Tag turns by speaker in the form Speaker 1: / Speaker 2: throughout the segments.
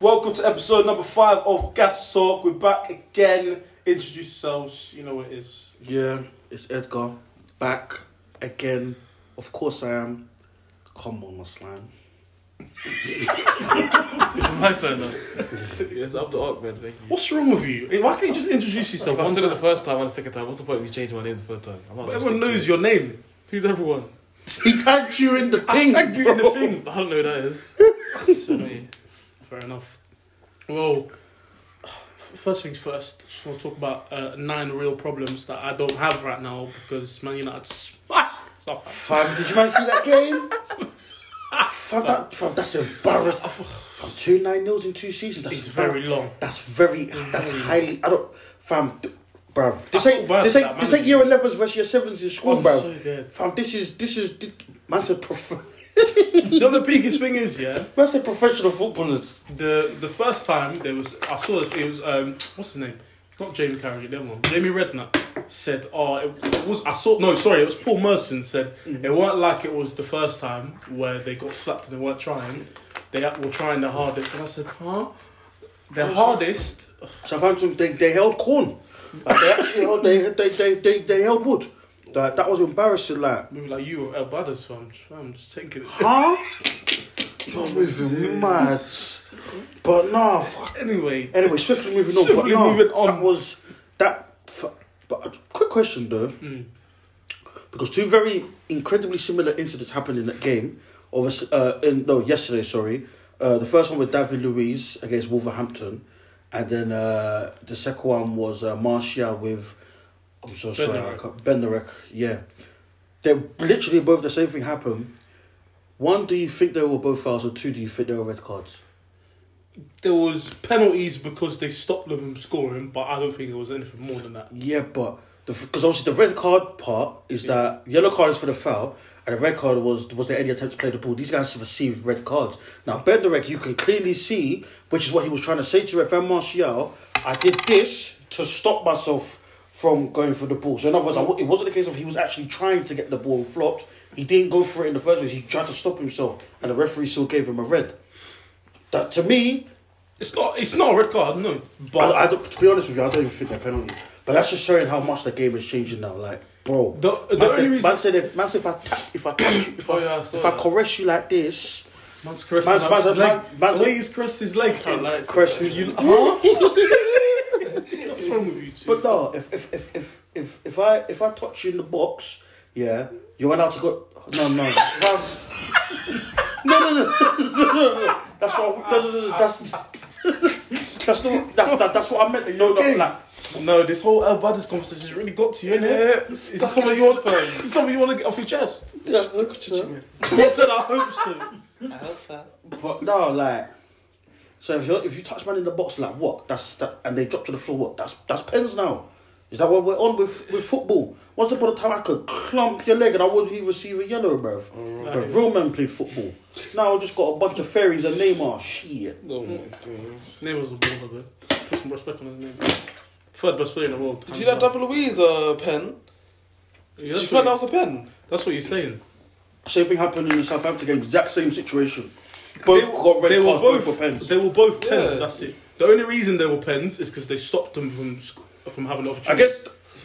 Speaker 1: Welcome to episode number five of Gas Talk. We're back again. Introduce yourselves. You know what it is.
Speaker 2: Yeah, it's Edgar. Back again. Of course I am. Come on, my slime.
Speaker 3: It's my turn now.
Speaker 4: Yes, up the arc, man. Thank you.
Speaker 1: What's wrong with you? Hey, Why can't you just introduce yourself?
Speaker 4: If I
Speaker 1: One
Speaker 4: said it
Speaker 1: time?
Speaker 4: the first time and the second time, what's the point of me changing my name the third time? I might as well
Speaker 1: Everyone
Speaker 4: stick to
Speaker 1: knows
Speaker 4: it.
Speaker 1: your name.
Speaker 4: Who's everyone?
Speaker 2: He tagged you in the
Speaker 1: I
Speaker 2: thing.
Speaker 1: tag you in the
Speaker 2: bro.
Speaker 1: thing.
Speaker 4: I don't know who that is. Sorry.
Speaker 1: Fair enough. Well, first things first. Just want to talk about uh, nine real problems that I don't have right now because Man United smash Southampton.
Speaker 2: Fam, did you man see that game? fam, that, fam, that's embarrassing. Fam, two nine nils in two seasons. That's
Speaker 1: It's very long.
Speaker 2: That's very. That's
Speaker 1: Very-
Speaker 2: highly. I don't. Fam, th- bruv. This
Speaker 1: I
Speaker 2: ain't.
Speaker 1: feel bad
Speaker 2: This
Speaker 1: for
Speaker 2: ain't.
Speaker 1: that
Speaker 2: This
Speaker 1: man.
Speaker 2: ain't year 11s versus year 7s in school,
Speaker 1: I'm
Speaker 2: bruv.
Speaker 1: so dead.
Speaker 2: Fam, this is. This is. This, man said. Prof-
Speaker 1: you know the biggest thing is, yeah.
Speaker 2: man said professional footballers.
Speaker 1: The the first time there was, I saw this. It was um, what's his name? Not Jamie Carragher, the other one. Jamie Redknapp said, "Oh, it, it was." I saw no, sorry, it was Paul Merson said
Speaker 2: Mm-hmm.
Speaker 1: it weren't like it was the first time where they got slapped and they weren't trying. They were trying their hardest, and I said, "Huh? Their hardest?
Speaker 2: Southampton. They, they held corn. Like, they actually held. They, they, they, they, they held wood. Like, that was embarrassing. Like.
Speaker 1: Maybe like you or El Badders, fam. I'm just taking it."
Speaker 2: Huh? You're moving mad. But nah, fuck.
Speaker 1: Anyway,
Speaker 2: Anyway, swiftly moving on.
Speaker 1: Swiftly
Speaker 2: but no,
Speaker 1: moving on.
Speaker 2: That was that. f- But a quick question though,
Speaker 1: mm,
Speaker 2: because two very incredibly similar incidents happened in that game. Of us- uh, in, no, yesterday. Sorry, uh, the first one with David Luiz against Wolverhampton, and then uh, the second one was uh, Martial with. I'm so sorry, I
Speaker 1: Benarek.
Speaker 2: can't- Benarek. Yeah, they literally both the same thing happened. One, do you think they were both fouls, or two, do you think they were red cards?
Speaker 1: there was penalties because they stopped them from scoring, but I don't think it was anything more than that.
Speaker 2: Yeah, but because obviously the red card part is that yellow card is for the foul, and the red card was was there any attempt to play the ball? These guys have received red cards. Now Benderek, you can clearly see, which is what he was trying to say to Rafael Martial. I did this to stop myself from going for the ball. So in other words, I, wa- it wasn't a case of he was actually trying to get the ball and flopped. He didn't go for it in the first place. He tried to stop himself, and the referee still gave him a red. That to me,
Speaker 1: It's not. It's not a red card, no. But
Speaker 2: I, I don't, to be honest with you, I don't even think they're penalty. But that's just showing how much the game is changing now. Like, bro,
Speaker 1: The- the only
Speaker 2: man, said,
Speaker 1: reason-
Speaker 2: man said if man said if I ta- if I touch you, if I
Speaker 4: Oh, yeah, I saw
Speaker 2: if I
Speaker 4: that.
Speaker 2: caress you like this,
Speaker 1: Man's crest
Speaker 2: Man's-
Speaker 1: is up
Speaker 2: man's-
Speaker 1: his leg.
Speaker 2: man- man's-
Speaker 1: the way he's crest his leg.
Speaker 4: Can't lie to
Speaker 2: caress
Speaker 4: you.
Speaker 2: you.
Speaker 1: What's wrong with you two?
Speaker 2: But no, if if if if if if I if I touch you in the box, yeah, you're allowed to go. No, no, If I- no, no, no, no, no, no. That's what. I- No, no, no, no, that's that's not that's that, that's what I meant. No, no,
Speaker 1: okay?
Speaker 2: like.
Speaker 1: no, this whole El Badis conversation's really got to you, innit?
Speaker 4: Yeah,
Speaker 1: Is
Speaker 4: stuck
Speaker 1: this
Speaker 4: in
Speaker 1: something
Speaker 4: his
Speaker 1: you want?
Speaker 4: headphones.
Speaker 1: Is this something you want to get off your chest?
Speaker 2: Yeah, look at you.
Speaker 1: I said I hope so.
Speaker 2: But no, like, so if you if you touch man in the box, like what? That's that, and they drop to the floor. What? That's that's pens now. Is that what we're on with with football? Once upon a time, I could clump your leg and I wouldn't even receive a yellow, bruv.
Speaker 1: Mm.
Speaker 2: The real men played football. Now I just got a bunch of fairies and Neymar. Shit.
Speaker 4: No, my goodness.
Speaker 1: His name was a baller, though. Put some respect on his name. Third best player in the world.
Speaker 4: Did you know David Louise uh, pen?
Speaker 1: Yeah,
Speaker 4: Did you
Speaker 1: that's,
Speaker 4: feel like that
Speaker 1: what
Speaker 4: was a pen?
Speaker 1: that's what you're saying.
Speaker 2: Same thing happened in the Southampton game. Exact same situation. Both got red
Speaker 1: they
Speaker 2: cards.
Speaker 1: were
Speaker 2: Both,
Speaker 1: both
Speaker 2: got pens.
Speaker 1: They were both pens.
Speaker 4: Yeah.
Speaker 1: That's it. The only reason they were pens is because they stopped them from sc- from having an
Speaker 2: I
Speaker 1: opportunity.
Speaker 2: guess.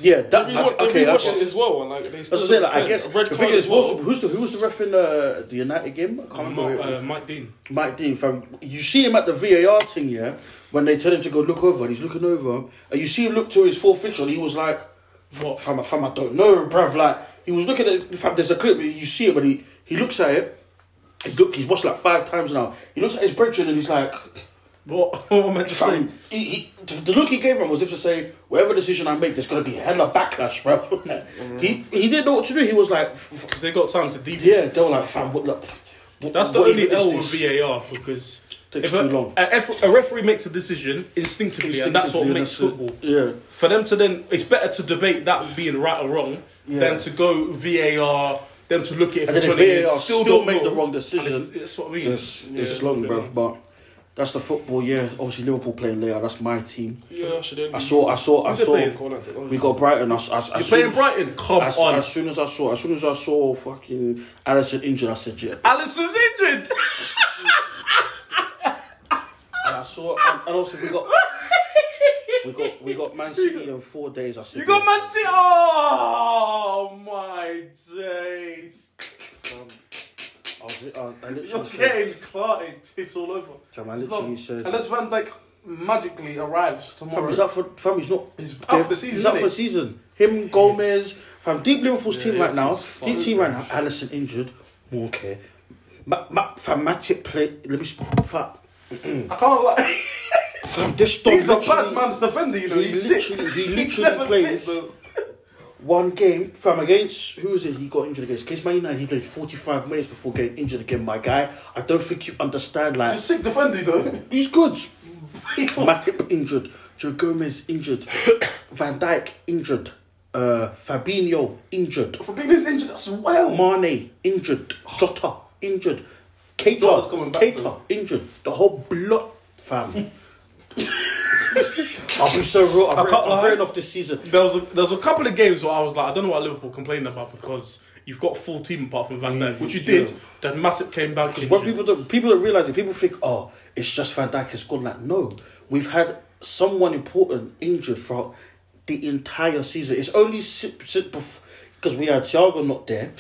Speaker 2: Yeah. That.
Speaker 4: We
Speaker 2: I-
Speaker 4: watched-
Speaker 2: okay.
Speaker 4: we watched
Speaker 2: I-
Speaker 4: it as well, and like they
Speaker 2: That's
Speaker 4: still
Speaker 2: what I'm saying. Like,
Speaker 4: pen.
Speaker 2: I guess
Speaker 4: A red
Speaker 2: the
Speaker 4: card
Speaker 2: thing is,
Speaker 4: as well.
Speaker 2: what's, who's the who was the ref in uh, the United game? I can't remember.
Speaker 1: Mark,
Speaker 2: who it
Speaker 1: uh, Mike Dean.
Speaker 2: Mike Dean, fam, you see him at the VAR thing, yeah, when they tell him to go look over, and he's looking over, and you see him look to his full picture, and he was like,
Speaker 1: What?
Speaker 2: fam, fam, I don't know, bruv, like, he was looking at, fam, there's a clip, you see it, but he, he looks at it, he's, look, he's watched like five times now, he looks at his brethren, and he's like,
Speaker 1: What? What am I meant to say?
Speaker 2: fam, he, he, the the look he gave him was if to say, whatever decision I make, there's going to be hella backlash, bruv. he, he didn't know what to do, he was like, f- f-
Speaker 1: Because they got time to deep.
Speaker 2: yeah, they were like, fam, what, look, what
Speaker 1: That's the
Speaker 2: what
Speaker 1: only
Speaker 2: even is
Speaker 1: L
Speaker 2: this?
Speaker 1: with VAR because
Speaker 2: Takes
Speaker 1: if a,
Speaker 2: too long.
Speaker 1: A, ref- a referee makes a decision instinctively, and that's what
Speaker 2: Instinctively,
Speaker 1: makes
Speaker 2: that's it.
Speaker 1: football.
Speaker 2: Yeah.
Speaker 1: For them to then, it's better to debate that being right or wrong
Speaker 2: Yeah.
Speaker 1: than to go VAR, them to look at it for
Speaker 2: And then if
Speaker 1: 20 years,
Speaker 2: VAR
Speaker 1: still,
Speaker 2: still
Speaker 1: don't
Speaker 2: make
Speaker 1: know.
Speaker 2: the wrong
Speaker 1: And
Speaker 2: decision,
Speaker 1: It's, it's what I mean.
Speaker 2: It's, it's long, bruv, but that's the football. Yeah, obviously Liverpool playing later. That's my team.
Speaker 4: Yeah, I should end.
Speaker 2: I saw, I saw, I
Speaker 1: Who's Mm. they
Speaker 2: saw.
Speaker 1: playing?
Speaker 4: Call that technology.
Speaker 2: We got Brighton. I, s- I s-
Speaker 1: You're
Speaker 2: as soon
Speaker 1: playing
Speaker 2: as-
Speaker 1: Brighton? Come
Speaker 2: As,
Speaker 1: on.
Speaker 2: as soon as I saw, as soon as I saw fucking Allison injured, I said, yeah.
Speaker 1: Alison's injured.
Speaker 2: I saw, and, and also we got, we got, we got Man City in four days. I said,
Speaker 1: You got Man City. Oh my days!
Speaker 2: I, was, I, I
Speaker 1: You're
Speaker 2: literally said,
Speaker 1: getting clarted. It's all over.
Speaker 2: Fam, I
Speaker 1: It's
Speaker 2: literally
Speaker 1: long.
Speaker 2: said-
Speaker 1: Unless Van Dijk magically arrives
Speaker 2: fam,
Speaker 1: tomorrow.
Speaker 2: he's up for, fam, he's not.
Speaker 1: He's out for the season,
Speaker 2: He's out
Speaker 1: isn't
Speaker 2: for the
Speaker 1: he?
Speaker 2: season. Him, Gomez, fam, deep Liverpool's
Speaker 1: Yeah,
Speaker 2: team
Speaker 1: yeah,
Speaker 2: right now.
Speaker 1: it's fun.
Speaker 2: Deep team right now. Allison injured. Okay. Ma, ma, fam, Matic played. Let me. sp- Fam,
Speaker 1: I can't lie.
Speaker 2: fam this dog
Speaker 1: He's a
Speaker 2: literally-
Speaker 1: bad man's defender. You know,
Speaker 2: he
Speaker 1: he's sick.
Speaker 2: literally- he
Speaker 1: He's
Speaker 2: literally
Speaker 1: never
Speaker 2: plays-
Speaker 1: fit, though.
Speaker 2: One game, fam, against who was it? He got injured against. Against Man United, he played forty-five minutes before getting injured again. My guy, I don't think you understand. Like
Speaker 1: He's a sick defender, though.
Speaker 2: he's good.
Speaker 1: He got-
Speaker 2: Matip injured, Joe Gomez injured, Van Dijk injured, uh, Fabinho injured,
Speaker 1: For being this injured, that's well.
Speaker 2: Mane injured, Jota injured,
Speaker 1: Jota's
Speaker 2: Keita,
Speaker 1: coming back,
Speaker 2: Keita
Speaker 1: though.
Speaker 2: injured. The whole blood, fam. I'll be so real. I've
Speaker 1: I
Speaker 2: read,
Speaker 1: can't
Speaker 2: I've
Speaker 1: lie.
Speaker 2: read off this season.
Speaker 1: There was a, there was a couple of games where I was like, I don't know what Liverpool complained about because you've got full team apart from Van Dijk, which you did.
Speaker 2: Yeah.
Speaker 1: Then Matip came back.
Speaker 2: Because
Speaker 1: injured.
Speaker 2: what people don't, people don't realize it. People think, oh, it's just Van Dijk has gone. Like, no, we've had someone important injured throughout the entire season. It's only because we had Thiago not there,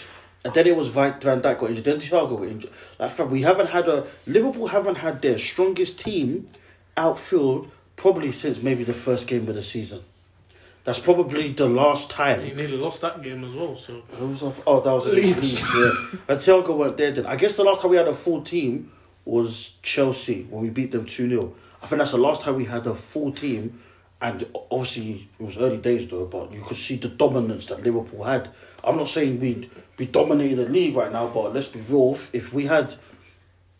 Speaker 2: and then it was Van, Van Dijk got injured. Then Thiago got injured. Like, fam, we haven't had a Liverpool haven't had their strongest team outfield probably since maybe the first game of the season. That's probably the last time.
Speaker 1: He nearly lost that game as well. So
Speaker 2: Who was off? Oh, that was against Leeds. yeah. And Telka weren't there then. I guess the last time we had a full team was Chelsea when we beat them 2 0. I think that's the last time we had a full team. And o- obviously, it was early days though, but you could see the dominance that Liverpool had. I'm not saying we'd be dominating the league right now, but let's be real. if- If we had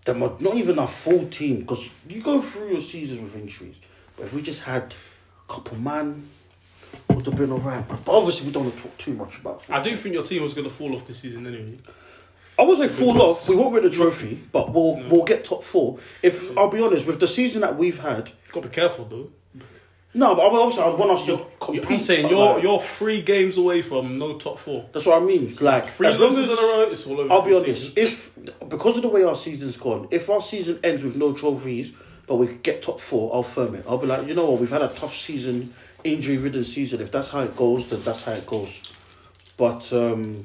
Speaker 2: them, uh, not even a full team, because you go through your seasons with injuries, but if we just had a couple man, it would have been alright. But obviously, we don't want to talk too much about
Speaker 1: I do think your team was going to fall off this season anyway.
Speaker 2: I would say fall off. We won't win the trophy, but we'll we'll get top four. If I'll be honest, with the season that we've had,
Speaker 1: You've got to be careful though.
Speaker 2: no, but obviously I want us to
Speaker 1: You-
Speaker 2: compete.
Speaker 1: I'm saying
Speaker 2: but
Speaker 1: you're
Speaker 2: like,
Speaker 1: you're three games away from no top four.
Speaker 2: That's what I mean. Like
Speaker 1: Three
Speaker 2: as long
Speaker 1: losses
Speaker 2: as-
Speaker 1: in a row, it's all over.
Speaker 2: I'll be
Speaker 1: for the
Speaker 2: honest.
Speaker 1: season.
Speaker 2: If because of the way our season's gone, if our season ends with no trophies, but we get top four, I'll firm it. I'll be like, you know what, we've had a tough season, injury ridden season. If that's how it goes, then that's how it goes. But um,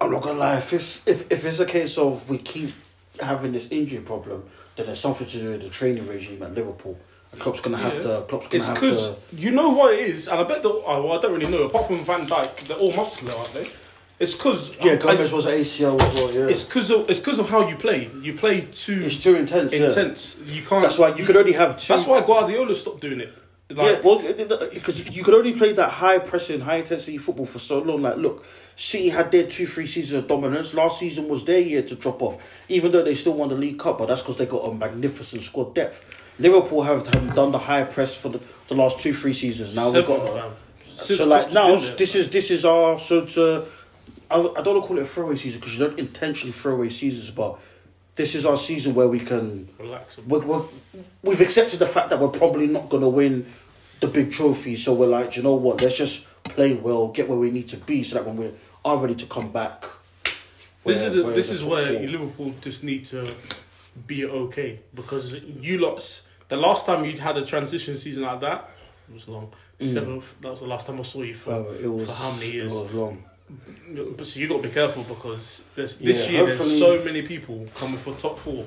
Speaker 2: I'm not gonna lie. If it's if, if it's a case of we keep having this injury problem, then it's something to do with the training regime at Liverpool. And Klopp's gonna have
Speaker 1: Yeah.
Speaker 2: to. Klopp's gonna
Speaker 1: It's
Speaker 2: have
Speaker 1: because
Speaker 2: to.
Speaker 1: you know what it is, and I bet the oh, well, I don't really know. Apart from Van Dijk, they're all muscular, aren't they? It's because
Speaker 2: Yeah, Gomez was an ACL as well. Yeah,
Speaker 1: It's
Speaker 2: it's,
Speaker 1: because of it's because of how you play. You play too
Speaker 2: too intense. yeah.
Speaker 1: intense. You can't.
Speaker 2: That's why you could only have two.
Speaker 1: That's why Guardiola stopped doing it. Like,
Speaker 2: yeah, well, because you could only play that high pressing, high intensity football for so long. Like, look, City had their two, three seasons of dominance. Last season was their year to drop off, even though they still won the League Cup, but that's because they got a magnificent squad depth. Liverpool have, have done the high press for the, the last two, three seasons. Now we've
Speaker 1: seven,
Speaker 2: got.
Speaker 1: fam. Since
Speaker 2: So like
Speaker 1: Klopp's
Speaker 2: now,
Speaker 1: been there,
Speaker 2: this is this is our so to. I, I don't want to call it a throwaway season because you don't intentionally throw away seasons, but this is our season where we can
Speaker 1: relax. a bit.
Speaker 2: we're, we're, we've accepted the fact that we're probably not going to win the big trophy. So we're like, you know what? Let's just play well, get where we need to be, so that when we are ready to come back,
Speaker 1: This
Speaker 2: we're-
Speaker 1: is the,
Speaker 2: we're
Speaker 1: this
Speaker 2: in
Speaker 1: is
Speaker 2: the top
Speaker 1: where
Speaker 2: four.
Speaker 1: Liverpool just need to be okay because you lots. The last time you'd had a transition season like that it was long. Seventh. That was the last time I saw you for.
Speaker 2: Mm. Well, it was
Speaker 1: for how many years?
Speaker 2: It was long.
Speaker 1: But so you got to be careful because there's, this
Speaker 2: Yeah,
Speaker 1: year
Speaker 2: hopefully-
Speaker 1: there's so many people coming for top four.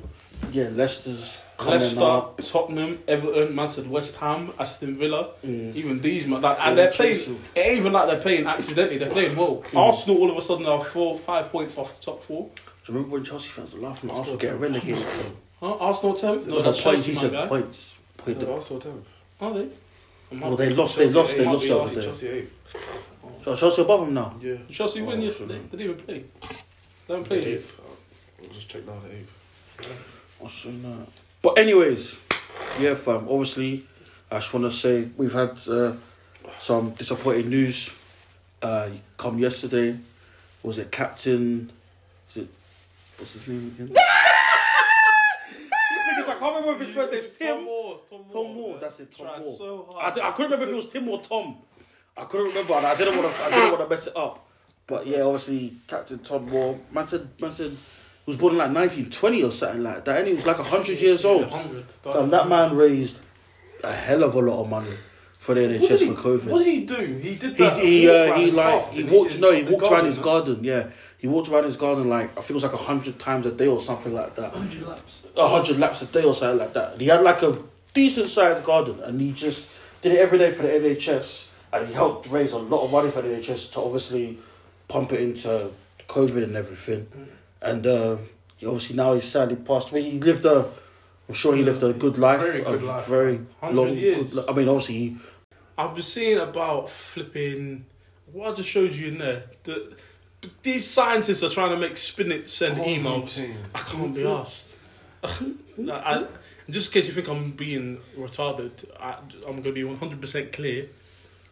Speaker 2: Yeah, Leicester's coming
Speaker 1: Leicester,
Speaker 2: up.
Speaker 1: Tottenham, Everton, Man City, West Ham, Aston Villa,
Speaker 2: Mm.
Speaker 1: even these man, like, and
Speaker 2: Yeah,
Speaker 1: they're playing.
Speaker 2: Chelsea. Mm.
Speaker 1: It ain't even like they're playing accidentally. They're playing well. Arsenal all of a sudden are four, five points off the top four.
Speaker 2: Do you remember when Chelsea fans were laughing? at Arsenal get relegated.
Speaker 1: Huh? Arsenal tenth. No,
Speaker 2: To the
Speaker 1: that's
Speaker 2: point,
Speaker 1: Chelsea,
Speaker 2: he
Speaker 1: my
Speaker 2: said
Speaker 1: guy.
Speaker 2: points. Point
Speaker 4: No,
Speaker 2: the-
Speaker 4: Arsenal tenth.
Speaker 1: Are they? Am I-
Speaker 2: Well, they lost. They lost. They
Speaker 4: eighth.
Speaker 2: lost
Speaker 4: Chelsea,
Speaker 2: Chelsea.
Speaker 4: Chelsea eighth.
Speaker 2: So Chelsea above them now.
Speaker 4: Yeah.
Speaker 1: Chelsea win
Speaker 2: Oh,
Speaker 1: yesterday.
Speaker 2: absolutely.
Speaker 1: They didn't even play. They haven't played yet.
Speaker 4: Eighth. Uh, I'll just check now the eighth.
Speaker 2: I've seen that. But anyways, yeah, fam. Obviously, I just want to say we've had uh, some disappointing news uh, come yesterday. Was it Captain? Is it what's his name again? I can't remember if his first name is Tim.
Speaker 1: Moore. Tom Moore.
Speaker 2: Tom Moore. That's it. Tom
Speaker 1: Tried
Speaker 2: Moore.
Speaker 1: so
Speaker 2: I,
Speaker 1: hard.
Speaker 2: d- I couldn't remember if it was Tim or Tom. I couldn't remember, and I didn't want to. I didn't want to mess it up. But yeah, obviously, Captain Tom Moore. Man said, man said, who was born in like 1920 or something like that, and he was like 100 years old.
Speaker 1: 100.
Speaker 2: Fam, that man raised a hell of a lot of money for the
Speaker 1: What did,
Speaker 2: NHS
Speaker 1: he,
Speaker 2: for COVID.
Speaker 1: what did he do? He did
Speaker 2: He
Speaker 1: that.
Speaker 2: he
Speaker 1: walk
Speaker 2: uh,
Speaker 1: around
Speaker 2: he
Speaker 1: his
Speaker 2: like
Speaker 1: park,
Speaker 2: he
Speaker 1: didn't
Speaker 2: walked no he
Speaker 1: The
Speaker 2: walked around his
Speaker 1: man.
Speaker 2: garden yeah he walked around his garden like I think it was like a hundred times a day or something like that
Speaker 3: 100 laps.
Speaker 2: a hundred laps a day or something like that and he had like a decent sized garden and he just did it every day for the NHS and he helped raise a lot of money for the NHS to obviously pump it into COVID and everything and uh, he obviously now he's sadly passed away he lived a I'm sure he lived a good life
Speaker 1: Very good
Speaker 2: a
Speaker 1: life.
Speaker 2: very
Speaker 1: 100
Speaker 2: long
Speaker 1: years.
Speaker 2: good li- I mean obviously he,
Speaker 1: I've been seeing about flipping what I just showed you in there. The, these scientists are trying to make spinach send emails. I can't be asked. like, I, just in case you think I'm being retarded, I, I'm going to be 100% clear.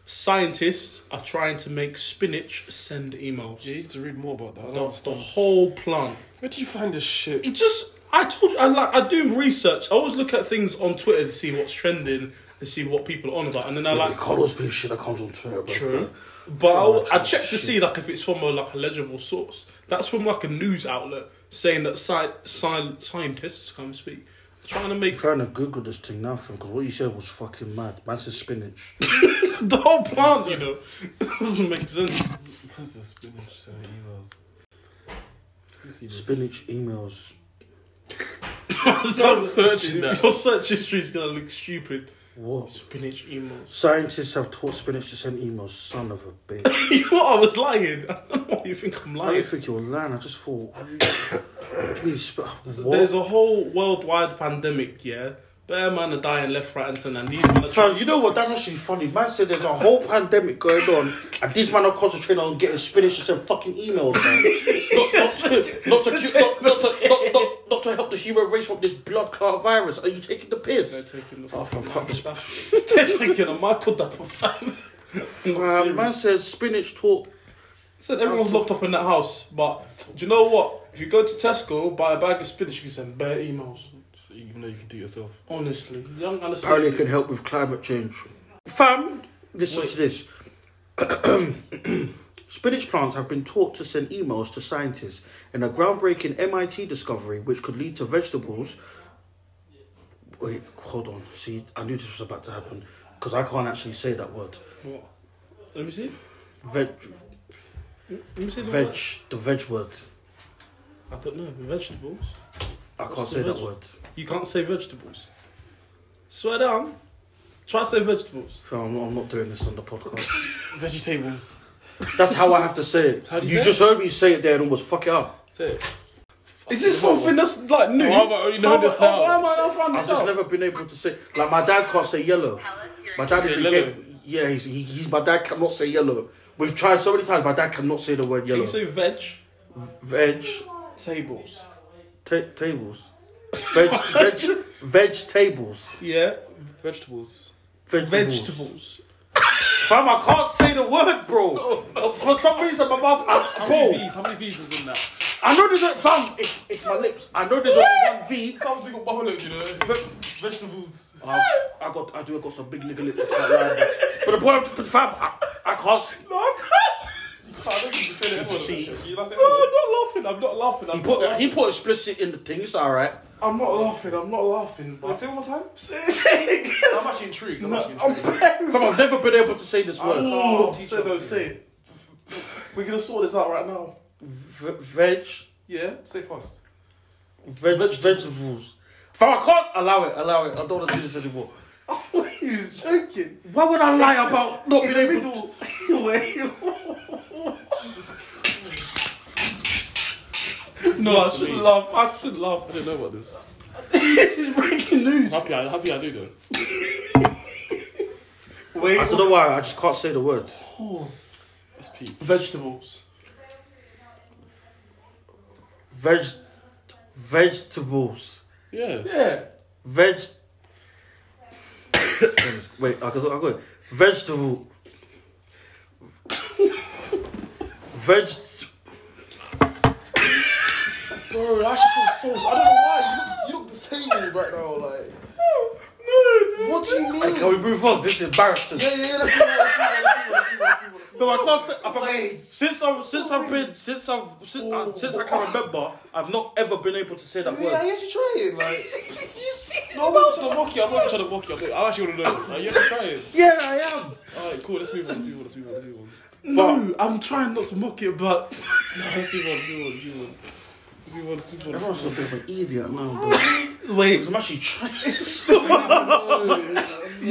Speaker 1: Scientists are trying to make spinach send emails.
Speaker 4: Yeah, you need to read more about that. I don't
Speaker 1: The, the
Speaker 4: understand.
Speaker 1: whole plant.
Speaker 4: Where do you find this shit?
Speaker 1: It just, I told you, I like, I do research. I always look at things on Twitter to see what's trending and see what people are on about. And then I
Speaker 2: I
Speaker 1: like,
Speaker 2: like Carlos piece of shit that comes on Twitter bro.
Speaker 1: True. But
Speaker 2: Too
Speaker 1: I, I
Speaker 2: much
Speaker 1: check to
Speaker 2: shit.
Speaker 1: see like if it's from a like a legible source. That's from like a news outlet saying that sci- sci- scientists come speak. Trying to
Speaker 2: I'm
Speaker 1: make
Speaker 2: trying to Google this thing now, fam, because what you said was fucking mad. Man said spinach.
Speaker 1: the whole plant, you know, doesn't make sense.
Speaker 4: What's the spinach sending emails? Let me see this.
Speaker 2: Spinach emails.
Speaker 1: so
Speaker 4: searching that.
Speaker 1: Your search history is gonna look stupid.
Speaker 2: What?
Speaker 1: Spinach emails.
Speaker 2: Scientists have taught spinach to send emails. Son of a bitch.
Speaker 1: you know I was lying. I don't know why you think I'm
Speaker 2: I
Speaker 1: lying.
Speaker 2: didn't think you were lying. I just thought. What do you mean sp-
Speaker 1: There's
Speaker 2: what?
Speaker 1: a whole worldwide pandemic, yeah. Bear man are dying left, right, and centre, and these men are
Speaker 2: Fam, you know what? That's actually funny. Man said there's a whole pandemic going on, and these man are concentrating on getting spinach to send fucking emails, man. not, not, to, not, to, cu- not, not, to, not, not, not to help the human race from this blood clot virus. Are you taking the
Speaker 1: They're
Speaker 2: piss?
Speaker 1: taking the
Speaker 2: Oh, for fuck's
Speaker 1: Michael Dapper. They're taking a Michael Dapper fan.
Speaker 2: Uh, man said spinach taught
Speaker 1: Said everyone's locked up in that house, but do you know what? If you go to Tesco, buy a bag of spinach, you can send bare emails.
Speaker 4: So even though you can do it yourself.
Speaker 1: Honestly, young and
Speaker 2: Apparently, it can help with climate change. Fam, listen
Speaker 1: Wait.
Speaker 2: to this. Spinach plants have been taught to send emails to scientists in a groundbreaking MIT discovery, which could lead to vegetables. Wait, hold on. See, I knew this was about to happen because I can't actually say that word.
Speaker 1: What? Let me see.
Speaker 2: Veg,
Speaker 1: Let me see the
Speaker 2: veg,
Speaker 1: word.
Speaker 2: the veg word.
Speaker 1: I don't know. Vegetables.
Speaker 2: I can't
Speaker 1: What's
Speaker 2: say
Speaker 1: the
Speaker 2: that
Speaker 1: veg?
Speaker 2: word.
Speaker 1: You can't say vegetables. Swear down. Try to say vegetables.
Speaker 2: Fam, I'm, I'm not doing this on the podcast.
Speaker 4: Vegetables.
Speaker 2: That's how I have to say it.
Speaker 4: How do you
Speaker 2: you
Speaker 4: say
Speaker 2: just heard me say it there and almost fuck it up.
Speaker 4: That's it.
Speaker 1: Is this something that's like new?
Speaker 4: Why have I only known
Speaker 1: How-
Speaker 4: this
Speaker 1: how-
Speaker 4: now?
Speaker 1: Why am I not found
Speaker 2: I've
Speaker 1: this
Speaker 2: just
Speaker 1: out?
Speaker 2: never been able to say. Like my dad can't say yellow. My dad
Speaker 4: Say
Speaker 2: is
Speaker 4: yellow.
Speaker 2: incapable. Yeah, he's, he, he's my dad cannot say yellow. We've tried so many times. My dad cannot say the word
Speaker 1: Can
Speaker 2: yellow.
Speaker 1: you say veg
Speaker 2: veg
Speaker 1: tables?
Speaker 2: ta- tables. Veg veg veg tables.
Speaker 1: Yeah.
Speaker 4: Vegetables.
Speaker 2: Vegetables.
Speaker 1: Vegetables.
Speaker 2: Fam, I can't say the word, bro. For some reason, my mouth. I,
Speaker 4: How many
Speaker 2: bro,
Speaker 4: V's? How many V's is in that?
Speaker 2: I know there's a fam. It's, it's my lips. I know there's only one V.
Speaker 4: Some single bubble you know. Vegetables.
Speaker 2: I, I got. I do. I got some big nigga lips. I can't lie. But the point, I'm- fam, I, I can't. s-
Speaker 4: I don't think you say that.
Speaker 2: See.
Speaker 4: You must say
Speaker 1: No, I'm not laughing. I'm not laughing. I'm
Speaker 2: He put he put explicit in the thing. It's all right.
Speaker 1: I'm not laughing. I'm not laughing.
Speaker 4: Wait,
Speaker 1: But
Speaker 4: say it one more time. I'm
Speaker 1: I'm
Speaker 4: actually intrigued. I'm actually
Speaker 1: I'm
Speaker 4: intrigued.
Speaker 2: Fam, I've never been able to say this word.
Speaker 1: Oh,
Speaker 4: teach
Speaker 1: say no,
Speaker 4: us.
Speaker 1: say it. We're gonna sort this out right now.
Speaker 2: V- veg,
Speaker 1: Yeah.
Speaker 4: Say fast.
Speaker 2: veg, vegetables. Fam, I can't allow it. Allow it. I don't want to do this anymore.
Speaker 1: I thought he was joking.
Speaker 2: Why would I lie about not
Speaker 1: In
Speaker 2: being
Speaker 1: the
Speaker 2: able? To...
Speaker 1: middle, where No, I shouldn't laugh. I shouldn't laugh.
Speaker 4: I didn't know about this.
Speaker 1: this is breaking news.
Speaker 4: Happy, I, happy I do though.
Speaker 1: Wait.
Speaker 2: I don't know why. I just can't say the word.
Speaker 4: That's peak.
Speaker 1: Vegetables.
Speaker 2: Veg, vegetables.
Speaker 4: Yeah.
Speaker 1: Yeah.
Speaker 2: Veg. Wait, I got. I got it. Vegetable. Veg.
Speaker 5: Bro, that shit feels so. I don't know why. You look, you look disabled right now. Like,
Speaker 1: No.
Speaker 5: what do you mean?
Speaker 2: Can we move on? This is embarrassing.
Speaker 5: Yeah, yeah, yeah. Let's move on. Let's move on. Let's move on. Let's move on. Let's move on. Let's move
Speaker 2: No, I can't say. I've,
Speaker 1: Wait.
Speaker 2: Since I've since I've been since I've since, uh, since I can remember, I've not ever been able to say that
Speaker 5: Yeah,
Speaker 2: word.
Speaker 5: yeah, you try it. Like,
Speaker 4: No, I'm not trying to mock you. I'm not trying to mock you. I actually want to know. Like, you have to try it.
Speaker 2: Yeah, I am.
Speaker 4: All right, cool. Let's move on. Let's move on. Let's move on. Let's move
Speaker 1: No,
Speaker 4: on.
Speaker 1: I'm trying not to mock it, but
Speaker 4: Let's move on. Let's move on. Let's move on. Let's move on. Let's move on. Let's move on.
Speaker 2: Everyone's a bit of an idiot now, bro.
Speaker 1: wait,
Speaker 2: I'm actually trying.
Speaker 5: no,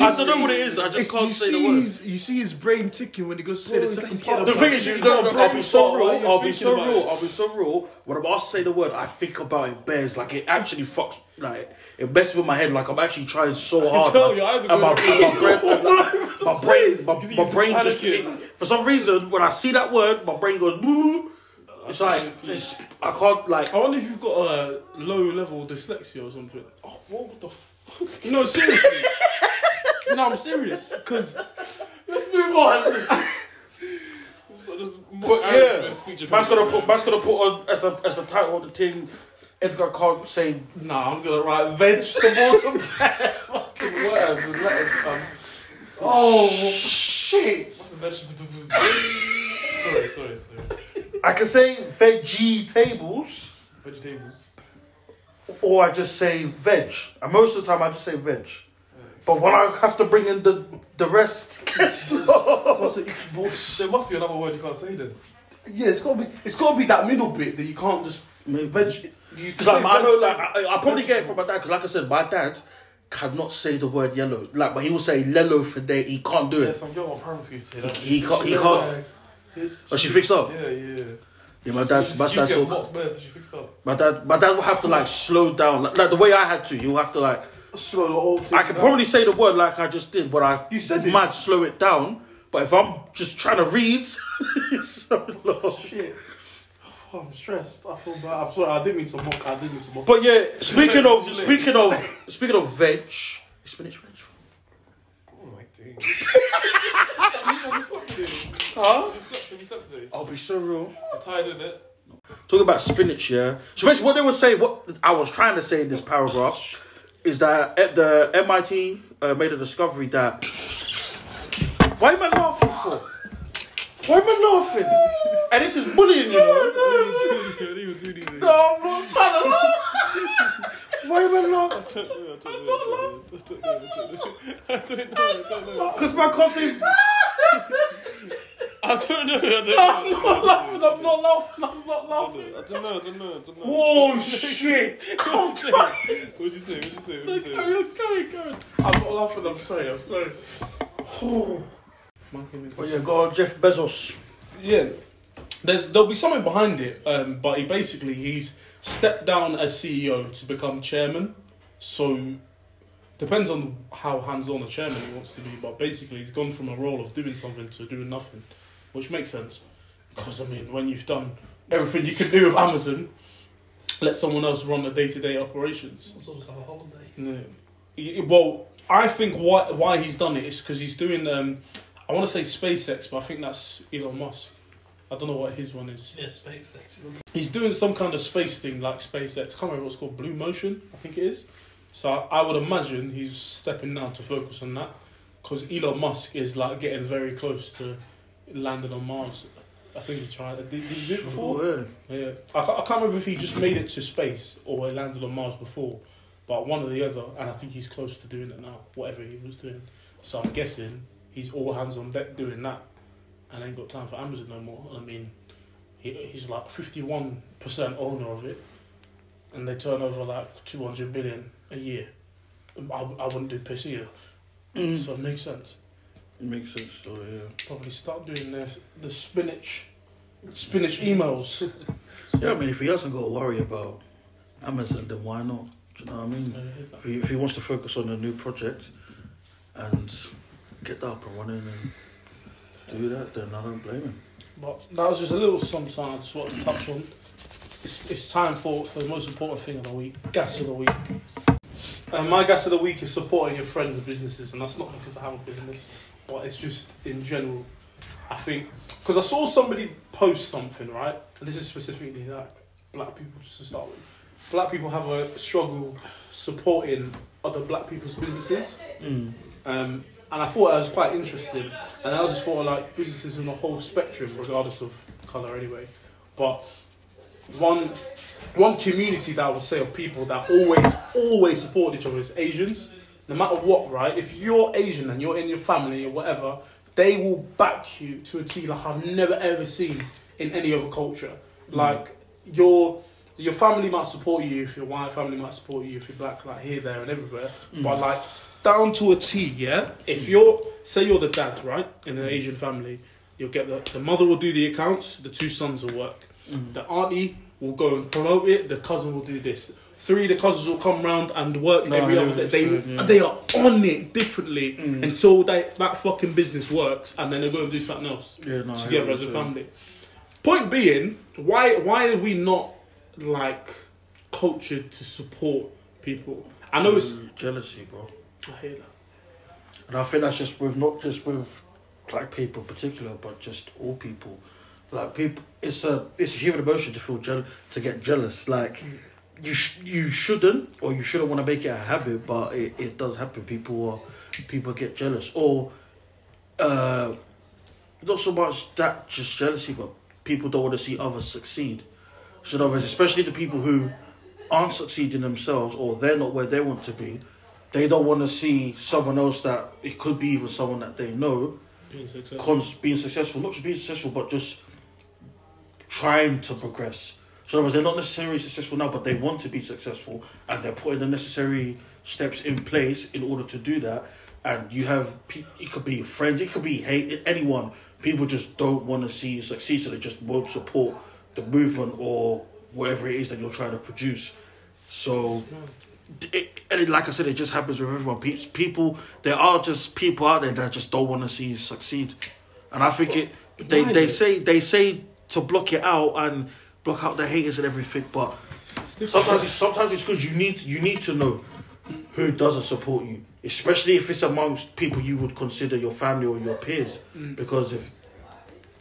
Speaker 2: I don't know what it is. I just
Speaker 1: it's,
Speaker 2: can't
Speaker 1: you
Speaker 2: say
Speaker 1: see
Speaker 2: the word.
Speaker 1: his you see his brain ticking when he goes to say the
Speaker 5: Bro,
Speaker 1: second
Speaker 5: it's
Speaker 1: part.
Speaker 5: like-
Speaker 1: Of
Speaker 2: The
Speaker 1: that.
Speaker 2: thing is, you know,
Speaker 4: Like,
Speaker 2: I'll be so
Speaker 4: you're
Speaker 2: real.
Speaker 4: speaking
Speaker 2: I'll be so
Speaker 4: about
Speaker 2: real.
Speaker 4: it.
Speaker 2: I'll be so real. Whenever I say the word, I think about it bears. Like it actually fucks. Like it messes with my head. Like I'm actually trying so hard.
Speaker 4: tell
Speaker 2: like,
Speaker 4: your eyes are
Speaker 2: and my,
Speaker 4: going
Speaker 2: my brain, my brain, my,
Speaker 4: You see,
Speaker 2: my
Speaker 4: you
Speaker 2: brain just.
Speaker 4: just panicking.
Speaker 2: it- for some reason, when I see that word, my brain goes. "Boo." It's like it's, I can't like.
Speaker 1: I wonder if you've got a low level dyslexia or something.
Speaker 4: Oh, what the fuck?
Speaker 1: No, seriously. no, I'm serious. Because
Speaker 4: Let's move on. so just
Speaker 2: But
Speaker 4: mock Aaron,
Speaker 2: yeah,
Speaker 4: let's speak
Speaker 2: man's
Speaker 4: Japanese.
Speaker 2: gonna put man's gonna put on as the as the title of the thing. Edgar can't say
Speaker 1: nah, I'm gonna write vegetables.
Speaker 5: Words and letters. Um,
Speaker 1: oh shit!
Speaker 4: What's the vegetable? sorry, sorry, sorry.
Speaker 2: I can say vegetables,
Speaker 4: Vegetables.
Speaker 2: or I just say veg. And most of the time, I just say veg. But when I have to bring in the the rest,
Speaker 1: What's it? It's both.
Speaker 4: There must be another word you can't say then.
Speaker 1: Yeah, it's gotta be. It's gotta be that middle bit that you can't just veg. You
Speaker 2: because like, I know,
Speaker 1: veg-
Speaker 2: like, I, I probably get it from my dad. Because, like I said, my dad cannot say the word yellow. Like, but he will say lello for day. He can't do
Speaker 4: Yeah,
Speaker 2: it.
Speaker 4: some girl on primary school used to say that.
Speaker 2: He can't. He
Speaker 4: She was
Speaker 2: can't.
Speaker 4: like-
Speaker 2: But Oh, she fixed up.
Speaker 4: Yeah, yeah.
Speaker 2: Yeah, my dad's
Speaker 4: she,
Speaker 2: my
Speaker 4: she used
Speaker 2: dad's
Speaker 4: to get
Speaker 2: all
Speaker 4: mocked there, so she fixed up.
Speaker 2: My dad, my dad will have to like slow down, like, like the way I had to. He'll have to like.
Speaker 1: slow the whole thing
Speaker 2: I can probably say the word like I just did, but I
Speaker 1: You said it.
Speaker 2: might slow it down. But if I'm just trying to read, it's so long.
Speaker 1: Shit. Oh, I'm stressed. I feel bad. I'm sorry. I didn't mean to mock. I didn't mean to mock.
Speaker 2: But yeah, speaking
Speaker 4: late,
Speaker 2: of
Speaker 4: it's too late.
Speaker 2: speaking of speaking of veg, is spinach veg.
Speaker 4: Oh my dang. have you slept today?
Speaker 2: Huh?
Speaker 4: Have you slept? Have you slept today?
Speaker 2: I'll be so real.
Speaker 4: You're tired, innit?
Speaker 2: Talking about spinach, yeah. So basically, what they were saying, what I was trying to say in this paragraph, is that at the MIT uh, made a discovery that. Why am I laughing for? Why am I laughing? And this is bullying, you know.
Speaker 4: I didn't even do anything.
Speaker 1: No, I'm not trying to laugh.
Speaker 2: Why am I laughing?
Speaker 4: I don't know. I don't know. I don't know. I don't know. I don't know.
Speaker 2: Because my cousin.
Speaker 4: I don't know. I don't
Speaker 1: I'm
Speaker 4: know.
Speaker 1: not laughing. I'm not laughing. I'm not
Speaker 2: Oh,
Speaker 4: I
Speaker 1: laughing.
Speaker 4: don't know. I don't know. I don't know. I don't know.
Speaker 1: Oh shit! I'm
Speaker 4: What'd
Speaker 1: sorry.
Speaker 4: you say? What'd you say? What'd you say? What'd
Speaker 1: Carry
Speaker 4: you say?
Speaker 1: on, carry on, carry on. I'm not laughing. I'm sorry. I'm sorry. Man, give me
Speaker 2: Oh yeah, go on, Jeff Bezos.
Speaker 1: yeah there's there'll be something behind it um, but he basically he's stepped down as ceo to become chairman so depends on how hands-on a chairman he wants to be but basically he's gone from a role of doing something to doing nothing which makes sense because i mean when you've done everything you can do with amazon let someone else run the day-to-day operations
Speaker 4: It's almost like a holiday.
Speaker 1: no. Y- Well, I think why why he's done it is because he's doing um, I want to say SpaceX, but I think that's Elon Musk. I don't know what his one is.
Speaker 4: Yeah, SpaceX.
Speaker 1: He's doing some kind of space thing like SpaceX. can't remember what it's called. Blue Motion, I think it is. So I, I would imagine he's stepping down to focus on that because Elon Musk is like getting very close to landing on Mars. I think he tried. Did, did he do it before?
Speaker 2: Oh,
Speaker 1: Yeah, I, ca- I can't remember if he just made it to space or it landed on Mars before, but one or the other, and I think he's close to doing it now, whatever he was doing. So I'm guessing he's all hands on deck doing that and ain't got time for Amazon no more. I mean, he, he's like 51% owner of it, and they turn over like 200 billion a year. I, I wouldn't do piss either,
Speaker 2: yeah. Mm.
Speaker 1: so it makes sense.
Speaker 2: It makes sense. Oh yeah.
Speaker 1: Probably start doing the, the spinach spinach emails.
Speaker 2: Yeah, I mean, if he hasn't got to worry about Amazon, then why not? Do you know what I mean? If he, if he wants to focus on a new project and get that up and running and do that, then I don't blame him.
Speaker 1: But that was just a little something I just wanted to touch on. It's, it's time for, for the most important thing of the week, gas of the week. And my gas of the week is supporting your friends and businesses, and that's not because I have a business, but it's just in general. I think because I saw somebody post something right, and this is specifically like black people just to start with. Black people have a struggle supporting other black people's businesses Um, and I thought it was quite interesting. And I just thought like businesses in the whole spectrum, regardless of colour anyway. But one one community that I would say of people that always, always support each other is Asians. No matter what, right? If you're Asian and you're in your family or whatever, they will back you to a T like I've never ever seen in any other culture. Like your your family might support you if you're white, family might support you if you're black, like here, there, and everywhere. But like down to a T, yeah. If you're say you're the dad, right, in an Asian family, you'll get the the mother will do the accounts, the two sons will work. The auntie will go and promote it. The cousin will do this. Three, the cousins will come round and work
Speaker 2: No,
Speaker 1: every
Speaker 2: yeah,
Speaker 1: other day. They,
Speaker 2: sure, yeah.
Speaker 1: they are on it differently
Speaker 2: Mm.
Speaker 1: until they, that fucking business works, and then they're going to do something else
Speaker 2: Yeah, no, I hear
Speaker 1: together
Speaker 2: what
Speaker 1: as a
Speaker 2: you're saying.
Speaker 1: family. Point being, why why are we not like cultured to support people? I know it's.
Speaker 2: jealousy, bro.
Speaker 1: I hear that.
Speaker 2: And I think that's just with not just with black people in particular, but just all people. Like people, it's a it's a human emotion to feel jealous, to get jealous. Like you sh- you shouldn't, or you shouldn't want to make it a habit, but it, it does happen. People are people get jealous, or uh, not so much that just jealousy, but people don't want to see others succeed. So in other words, especially the people who aren't succeeding themselves, or they're not where they want to be they don't want to see someone else that it could be even someone that they know
Speaker 1: Being successful.
Speaker 2: cons- being successful, not just being successful, but just trying to progress. So, in other words, they're not necessarily successful now, but they want to be successful, and they're putting the necessary steps in place in order to do that. And you have pe- it could be friends, it could be hate, anyone. People just don't want to see you succeed, so they just won't support the movement or whatever it is that you're trying to produce. So, it, and it, like I said, it just happens with everyone. Pe- People, there are just people out there that just don't want to see you succeed, and I think it. They
Speaker 1: why
Speaker 2: they
Speaker 1: though?
Speaker 2: say they say to block it out and block out the haters and everything, but
Speaker 1: It's different.
Speaker 2: sometimes it's, sometimes it's good. You need you need to know who doesn't support you, especially if it's amongst people you would consider your family or your peers,
Speaker 1: Mm.
Speaker 2: because if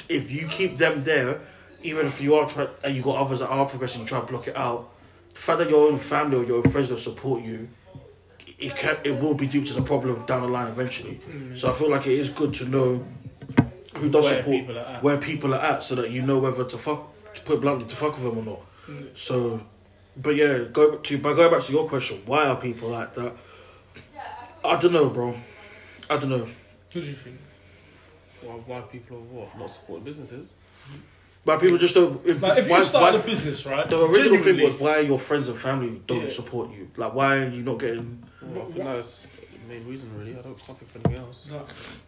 Speaker 2: if you keep them there, even if you are try and you got others that are progressing, you try to block it out. The fact that your own family or your own friends don't support you, it can it will be duped as a problem down the line eventually. So I feel like it is good to know who does
Speaker 1: Mm. Where
Speaker 2: support
Speaker 1: people are at.
Speaker 2: where people are at, so that you know whether to fuck to put it bluntly to fuck with them or not.
Speaker 1: Mm.
Speaker 2: So, but yeah, go back to but going back to your question, why are people like that? I don't know, bro. I don't know.
Speaker 1: Who do you think?
Speaker 4: Why, why people are what? Not supporting businesses.
Speaker 2: Why people just don't.
Speaker 1: Like if
Speaker 2: why-
Speaker 1: you started
Speaker 2: why-
Speaker 1: a business, right?
Speaker 2: The original
Speaker 1: genuinely,
Speaker 2: thing was why your friends and family don't
Speaker 1: Yeah.
Speaker 2: support you. Like, why are you not getting?
Speaker 4: Well,
Speaker 1: What-
Speaker 4: I think
Speaker 1: what-
Speaker 4: that's the main reason, really. I don't fuck it for anything else.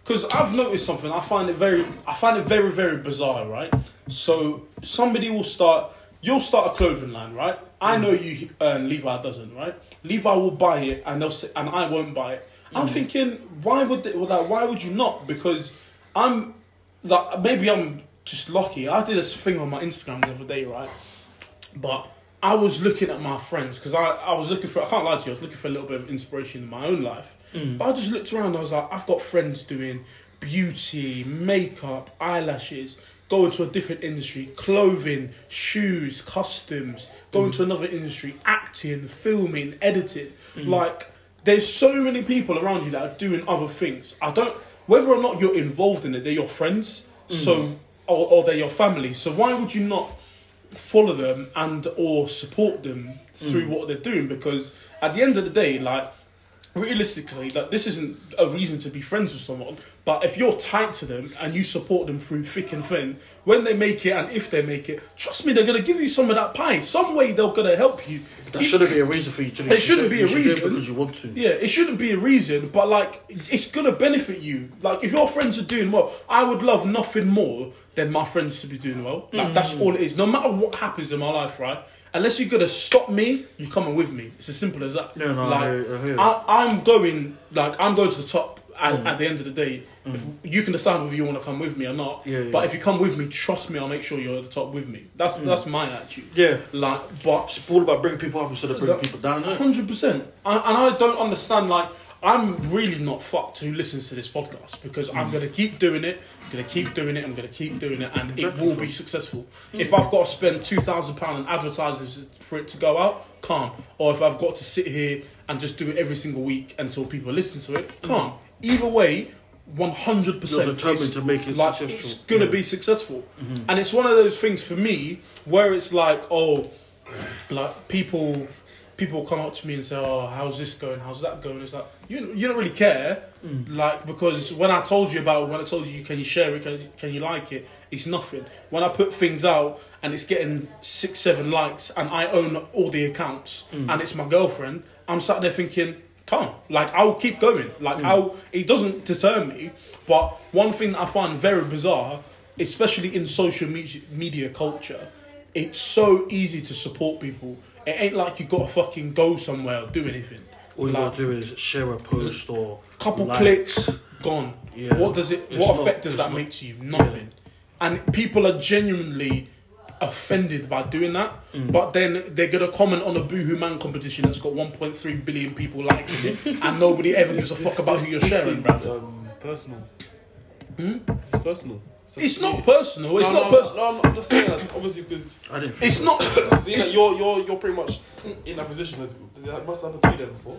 Speaker 1: Because I've noticed something. I find it very, I find it very, very bizarre, right? So somebody will start. You'll start a clothing line, right? I know you, uh, and Levi doesn't, right? Levi will buy it, and they'll say, and I won't buy it. I'm thinking, why would they, well, like, why would you not? Because I'm like maybe I'm just lucky. I did this thing on my Instagram the other day, right? But I was looking at my friends because I, I was looking for I can't lie to you, I was looking for a little bit of inspiration in my own life. But I just looked around and I was like, I've got friends doing beauty, makeup, eyelashes, going to a different industry, clothing, shoes, customs, going to another industry, acting, filming, editing. Like there's so many people around you that are doing other things. I don't whether or not you're involved in it, they're your friends, so or, or they're your family. So why would you not follow them and or support them through what they're doing because at the end of the day like realistically like this isn't a reason to be friends with someone but if you're tight to them and you support them through thick and thin when they make it and if they make it trust me they're going to give you some of that pie some way they're going to help you
Speaker 2: That
Speaker 1: It-
Speaker 2: shouldn't be a reason for you to.
Speaker 1: It shouldn't be a
Speaker 2: you should do it
Speaker 1: reason.
Speaker 2: because you want to.
Speaker 1: yeah, it shouldn't be a reason, but like, it's gonna benefit you. Like, if your friends are doing well, I would love nothing more than my friends to be doing well. Like, that's all it is. No matter what happens in my life, right? Unless you're gonna stop me, you're coming with me. It's as simple as that.
Speaker 2: No, no, I
Speaker 1: like,
Speaker 2: hear- I hear
Speaker 1: I, am going, like, I'm going to the top. At,
Speaker 2: Mm.
Speaker 1: at the end of the day, if you can decide whether you want to come with me or not.
Speaker 2: Yeah, yeah.
Speaker 1: But if you come with me, trust me, I'll make sure you're at the top with me. That's that's my attitude.
Speaker 2: Yeah.
Speaker 1: Like, but
Speaker 2: It's all about bringing people up instead of bringing
Speaker 1: That-
Speaker 2: people down. innit?
Speaker 1: Hundred percent. And I don't understand. Like, I'm really not fucked who listens to this podcast because I'm gonna keep doing it. I'm gonna keep doing it. I'm gonna keep doing it, and it will be successful.
Speaker 2: Hmm.
Speaker 1: If I've got to spend two thousand pound on advertising for it to go out, calm. Or if I've got to sit here and just do it every single week until people listen to it, calm. Either way, one hundred percent.
Speaker 2: Hmm. You're determined to make it
Speaker 1: like,
Speaker 2: successful. Hmm.
Speaker 1: It's gonna be successful, and it's one of those things for me where it's like, oh, like people. People come up to me and say, "Oh, how's this going? How's that going?" It's like you, you don't really care, like because when I told you about, it, when I told you, can you share it? Can, can you like it? It's nothing. When I put things out and it's getting six, seven likes, and I own all the accounts, and it's my girlfriend, I'm sat there thinking, calm. Like I'll keep going. Like I'll. It doesn't deter me. But one thing that I find very bizarre, especially in social media, media culture, it's so easy to support people. It ain't like you gotta fucking go somewhere or do anything.
Speaker 2: All you
Speaker 1: like,
Speaker 2: gotta do is share a post or
Speaker 1: couple
Speaker 2: like-
Speaker 1: clicks, gone.
Speaker 2: Yeah.
Speaker 1: What does it?
Speaker 2: It's
Speaker 1: what
Speaker 2: not-
Speaker 1: effect does
Speaker 2: it's
Speaker 1: that
Speaker 2: not-
Speaker 1: make to you? Nothing. And people are genuinely offended by doing that, but then they're gonna comment on a Boohoo Man competition that's got 1.3 billion people liking it, and nobody ever gives a fuck about who you're sharing,
Speaker 4: This
Speaker 1: bro.
Speaker 4: seems, um, personal. It's personal.
Speaker 1: It's not personal. It's
Speaker 4: no,
Speaker 1: not
Speaker 4: no,
Speaker 1: personal.
Speaker 4: No, I'm just saying that obviously because
Speaker 2: I didn't. Think
Speaker 1: It's not. it's-
Speaker 4: you're you're you're pretty much in that position. As, that must happen to you there before.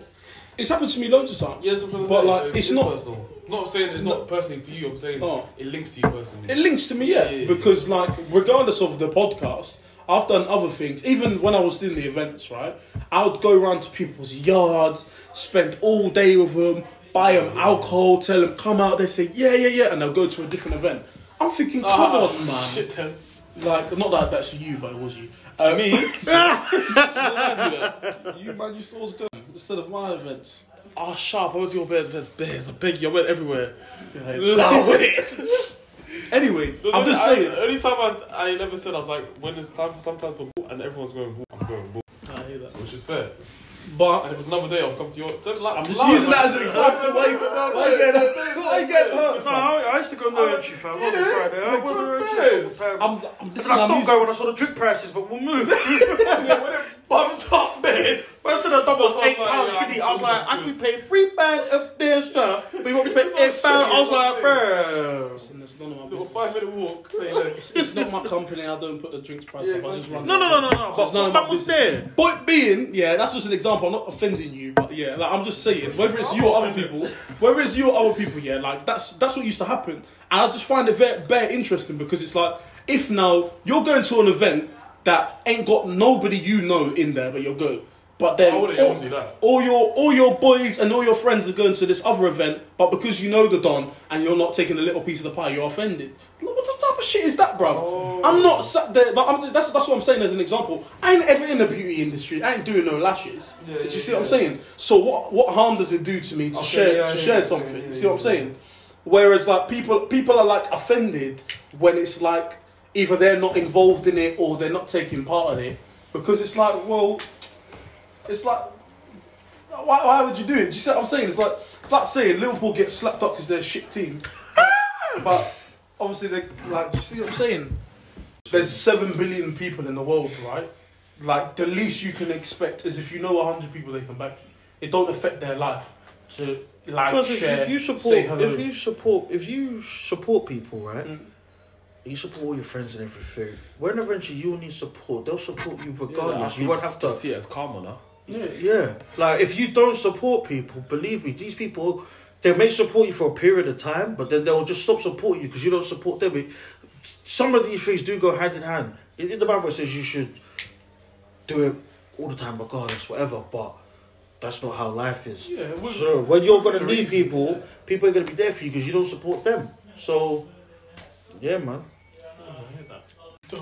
Speaker 1: It's happened to me loads of times.
Speaker 4: Yes, I'm trying to
Speaker 1: but
Speaker 4: say,
Speaker 1: like,
Speaker 4: so
Speaker 1: it's not.
Speaker 4: personal. Not saying it's
Speaker 1: No.
Speaker 4: not personally for you. I'm saying
Speaker 1: Oh.
Speaker 4: it links to you personally.
Speaker 1: It links to me, yeah,
Speaker 4: Yeah, yeah, yeah.
Speaker 1: because like regardless of the podcast, I've done other things. Even when I was doing the events, right, I would go around to people's yards, spend all day with them, buy them alcohol, tell them come out. They say yeah, yeah, yeah, and they'll go to a different event. I'm thinking, come
Speaker 4: Ah,
Speaker 1: on, man.
Speaker 4: Shit, that's
Speaker 1: Like, not that that's you, but it was you. Uh,
Speaker 4: me.
Speaker 1: you man, you still was going instead of my events.
Speaker 4: Oh, sharp. I went to your bed. There's bears. I beg you. I went everywhere.
Speaker 1: Yeah.
Speaker 4: Love it.
Speaker 1: Anyway, I'm just
Speaker 4: I,
Speaker 1: saying.
Speaker 4: The only time I, I never said, I was like, when it's time for sometimes for ball, and everyone's going ball, I'm going ball,
Speaker 1: I hear that.
Speaker 4: which is fair.
Speaker 1: But
Speaker 4: And if it's another day, I'll come to your. Don't, like,
Speaker 1: I'm just
Speaker 4: lying,
Speaker 1: using
Speaker 4: man.
Speaker 1: that as an example. Why you- why you getting hurt? Why you getting hurt?
Speaker 2: No, I, I used to go military, fam. on Friday. I went on military a couple
Speaker 4: Yes.
Speaker 2: times.
Speaker 1: I'm, I'm, this
Speaker 2: And
Speaker 1: is
Speaker 2: I
Speaker 1: how I'm
Speaker 2: stopped
Speaker 1: using-
Speaker 2: going when I saw the drink prices, but we'll move.
Speaker 4: Bumped off this.
Speaker 2: When I said the double was
Speaker 4: That's
Speaker 2: eight
Speaker 4: what
Speaker 2: pound
Speaker 4: I'm like,
Speaker 2: fifty,
Speaker 4: yeah,
Speaker 2: I was
Speaker 4: I'm
Speaker 2: like, I
Speaker 4: just
Speaker 2: could pay three pound of this stuff, but you want me to pay
Speaker 4: what I'm
Speaker 2: eight pound? I was
Speaker 4: saying,
Speaker 2: like,
Speaker 4: that's
Speaker 2: bro.
Speaker 1: It's none of my
Speaker 4: Little
Speaker 1: business.
Speaker 4: five minute walk. play less.
Speaker 1: It's not my company. I don't put the drinks price
Speaker 4: Yeah,
Speaker 1: up. I just run.
Speaker 2: No, no, no, no, no.
Speaker 1: So
Speaker 2: But
Speaker 1: it's none of
Speaker 2: what
Speaker 1: my
Speaker 2: man was
Speaker 1: business.
Speaker 2: there?
Speaker 1: But being, yeah, that's just an example. I'm not offending you, but yeah, like I'm just saying, whether it's you or other people, whether it's you or other people, yeah, like that's that's what used to happen, and I just find it very, very interesting because it's like if now you're going to an event that ain't got nobody you know in there, but you're good. But then
Speaker 4: I wouldn't- I
Speaker 1: all,
Speaker 4: wouldn't do that.
Speaker 1: all your all your boys and all your friends are going to this other event, but because you know the Don and you're not taking a little piece of the pie, you're offended. Like, what type of shit is that, bruv?
Speaker 4: Oh.
Speaker 1: I'm not sat there. Like, I'm, that's that's what I'm saying as an example. I ain't ever in the beauty industry. I ain't doing no lashes.
Speaker 4: Yeah,
Speaker 1: do you
Speaker 4: yeah,
Speaker 1: see what I'm
Speaker 4: yeah.
Speaker 1: saying? So what what harm does it do to me to
Speaker 4: Okay,
Speaker 1: share
Speaker 4: yeah,
Speaker 1: to
Speaker 4: yeah,
Speaker 1: share
Speaker 4: yeah,
Speaker 1: something?
Speaker 4: yeah,
Speaker 1: you see what I'm
Speaker 4: yeah,
Speaker 1: saying? Whereas like people people are like offended when it's like either they're not involved in it or they're not taking part in it because it's like well, it's like why, why would you do it? Do you see what I'm saying? It's like it's like saying Liverpool gets slapped up because they're a shit team, but obviously they like. Do you see what I'm saying? There's seven billion people in the world, right? Like the least you can expect is if you know hundred people, they come back. It don't affect their life to like
Speaker 2: Because
Speaker 1: share.
Speaker 2: if you
Speaker 1: say
Speaker 2: support,
Speaker 1: hello.
Speaker 2: if you support, if you support people, right?
Speaker 1: Mm.
Speaker 2: You support all your friends and everything. When eventually you need support, they'll support you
Speaker 4: Yeah, like,
Speaker 2: regardless.
Speaker 4: actually
Speaker 2: you won't
Speaker 4: just-
Speaker 2: have to.
Speaker 4: just see it as karma now.
Speaker 1: yeah.
Speaker 2: Yeah, like if you don't support people, believe me, these people they may support you for a period of time, but then they'll just stop supporting you because you don't support them. It- Some of these things do go hand in hand. In in the Bible, it says you should do it all the time, regardless, whatever. But that's not how life is.
Speaker 1: Yeah, with-
Speaker 2: so when you're gonna
Speaker 1: with
Speaker 2: need
Speaker 1: reason,
Speaker 2: people, people are gonna be there for you because you don't support them. So, yeah, man.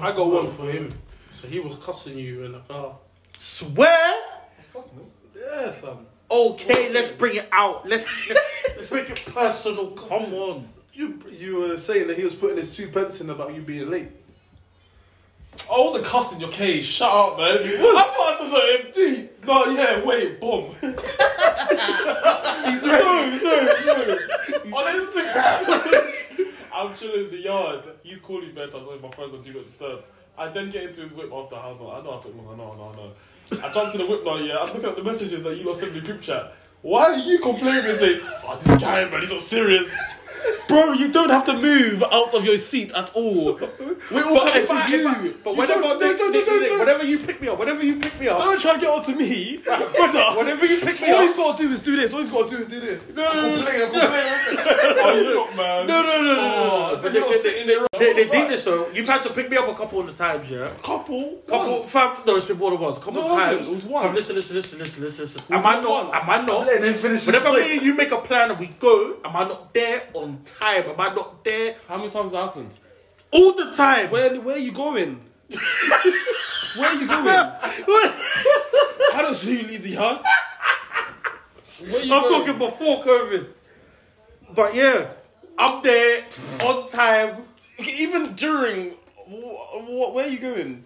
Speaker 1: I got one for him. So he was cussing you in the car.
Speaker 2: Swear.
Speaker 4: It's personal.
Speaker 1: Yeah, fam.
Speaker 2: Okay, let's bring it out. Let's let's, let's make it personal. Come on.
Speaker 1: You you were saying that he was putting his two pence in about you being late.
Speaker 4: I wasn't cussing your cage. Shut up, man. I thought I said something deep. No, yeah, wait, boom. He's sorry, sorry, sorry. On Instagram, I'm chilling in the yard. He's calling me bedtime, so my friends are do not disturb. I then get into his whip after half an hour. I know I took long. I know, I know, I know. I jumped in the whip now, yeah. I'm looking at the messages that you lot sent me in group chat. Why are you complaining and saying, oh, this guy, man, he's not serious? Bro, you don't have to move out of your seat at all. We all
Speaker 2: But
Speaker 4: connect
Speaker 2: if I-
Speaker 4: to
Speaker 2: if I-
Speaker 4: you.
Speaker 2: But
Speaker 4: you
Speaker 2: whenever
Speaker 4: don't, don't,
Speaker 2: they-
Speaker 4: don't,
Speaker 2: they-
Speaker 4: don't,
Speaker 2: they-
Speaker 4: don't.
Speaker 2: whenever you pick me up, whenever you pick me up,
Speaker 4: Don't try and get onto me, brother.
Speaker 2: whenever you pick me
Speaker 4: All he's
Speaker 2: up,
Speaker 4: got to do is do this. All he's got to do is do this.
Speaker 1: No, no, no,
Speaker 5: Complain, I'm complaining. Oh, you look, man.
Speaker 1: no, no, no, no.
Speaker 5: Oh, so you're not sitting there.
Speaker 2: they, they did this though. You've had to pick me up a couple of times, yeah.
Speaker 4: Couple,
Speaker 2: Couple,
Speaker 4: once.
Speaker 2: fam, no, it's been more than once. Couple
Speaker 4: No, it
Speaker 2: of
Speaker 4: wasn't.
Speaker 2: times.
Speaker 4: It was once.
Speaker 2: Fam, listen, listen, listen, listen, listen, listen. Am
Speaker 4: was
Speaker 2: I not?
Speaker 4: once.
Speaker 2: Am I not?
Speaker 5: Let him finish his
Speaker 2: Whenever
Speaker 5: plate.
Speaker 2: me and you make a plan and we go, am I not there on time? Am I not there
Speaker 4: How many times has that happened?
Speaker 2: all the time?
Speaker 4: Where, where are you going? where are you going? I don't see you leave the yard. Where you
Speaker 2: I'm
Speaker 4: going?
Speaker 2: talking before COVID. But yeah, I'm there on time.
Speaker 4: Even during, what? Where are you going?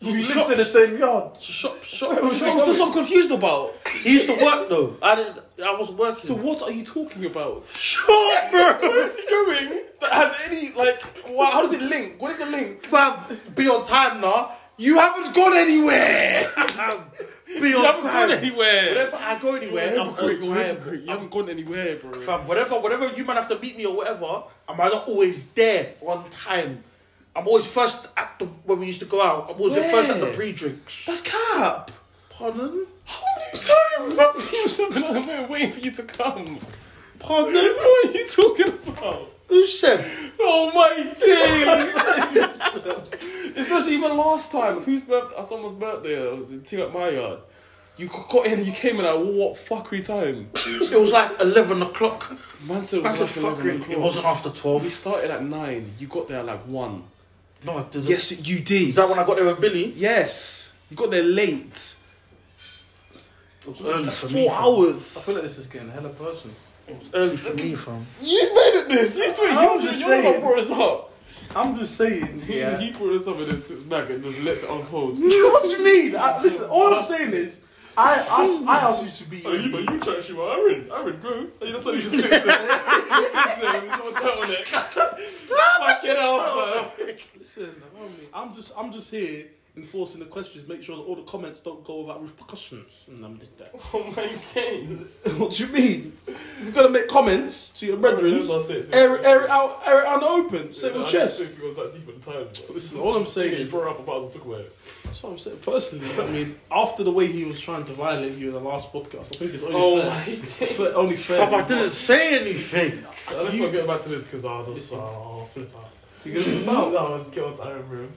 Speaker 5: You lived in the same yard.
Speaker 4: Shop, shop. That's what I'm confused about.
Speaker 2: He used to work though. I didn't. I was working.
Speaker 4: So what are you talking about?
Speaker 2: Shut up, bro.
Speaker 4: Where's he going? That has any like? wha- how does it link? What is the link?
Speaker 2: Fam, be on time now.
Speaker 4: You haven't gone anywhere.
Speaker 2: Fam, Be
Speaker 4: You
Speaker 2: on
Speaker 4: haven't
Speaker 2: time.
Speaker 4: gone anywhere.
Speaker 2: Whenever I go anywhere, I'm
Speaker 4: Hypocrite,
Speaker 2: on
Speaker 4: you're a
Speaker 2: time.
Speaker 4: hypocrite. You haven't gone anywhere, bro.
Speaker 2: Fam, whenever, whenever you might have to meet me or whatever, am I not always there on time? I'm always first at the when we used to go out. I'm always the first at the
Speaker 4: Where?
Speaker 2: pre-drinks.
Speaker 4: That's cap.
Speaker 2: Pardon?
Speaker 4: How many times have people been on the way waiting for you to come?
Speaker 2: Pardon?
Speaker 4: What are you talking about?
Speaker 2: Who said?
Speaker 4: Oh my days! Especially even last time, whose birth- uh, someone's birthday, uh, was the two at my yard. You c- got in and you came in at what fuckery time?
Speaker 2: It was like eleven o'clock.
Speaker 4: Man said it
Speaker 2: That's
Speaker 4: was
Speaker 2: a
Speaker 4: like 11
Speaker 2: fuckery.
Speaker 4: o'clock.
Speaker 2: It wasn't after
Speaker 4: We
Speaker 2: twelve.
Speaker 4: started at 9, you got there at like 1.
Speaker 2: No, it didn't.
Speaker 4: Yes, you did.
Speaker 2: Is that when I got there with Billy?
Speaker 4: Yes. You got there late.
Speaker 2: It was early
Speaker 4: That's
Speaker 2: for
Speaker 4: four
Speaker 2: me. fam.
Speaker 1: I
Speaker 4: hours.
Speaker 1: feel like this is getting hella personal.
Speaker 2: It was early for me, fam.
Speaker 4: You made it this. You,
Speaker 1: I'm
Speaker 4: you,
Speaker 1: just
Speaker 4: you're the one
Speaker 1: saying.
Speaker 4: who brought us up.
Speaker 1: I'm just saying.
Speaker 4: He brought us up and then sits back and just lets it unfold.
Speaker 1: what do you mean? I, listen, all I'm saying is, I asked, I asked you to be.
Speaker 4: But Oh, you, but you try to shoot my Aaron. Aaron, go. And that's why he just sits there. he sits there with his little turtleneck. Fuck it off, man.
Speaker 1: Listen, homie, I'm just, I'm just here enforcing the questions, make sure that all the comments don't go without repercussions. And Mm, I'm just that.
Speaker 4: Oh my days.
Speaker 1: what do you mean? You've got to make comments to your brethren.
Speaker 4: That's it.
Speaker 1: Air, it- air it out, air it out in the open. Say
Speaker 4: Yeah,
Speaker 1: your
Speaker 4: I
Speaker 1: chest.
Speaker 4: didn't think it was that deep at the time. But
Speaker 1: Listen, all I'm saying
Speaker 4: Saying he
Speaker 1: is,
Speaker 4: brought up about us and talk about it.
Speaker 1: that's what I'm saying. Personally, I mean, after the way he was trying to violate you in the last podcast, I think it's only
Speaker 4: Oh
Speaker 1: fair.
Speaker 4: my days.
Speaker 1: Fair- only fair.
Speaker 2: Fam, I didn't say anything.
Speaker 4: Let's not get back to this because I'll just uh, I'll flip out.
Speaker 1: Because
Speaker 4: No, no, I'll just get on to Iron Room.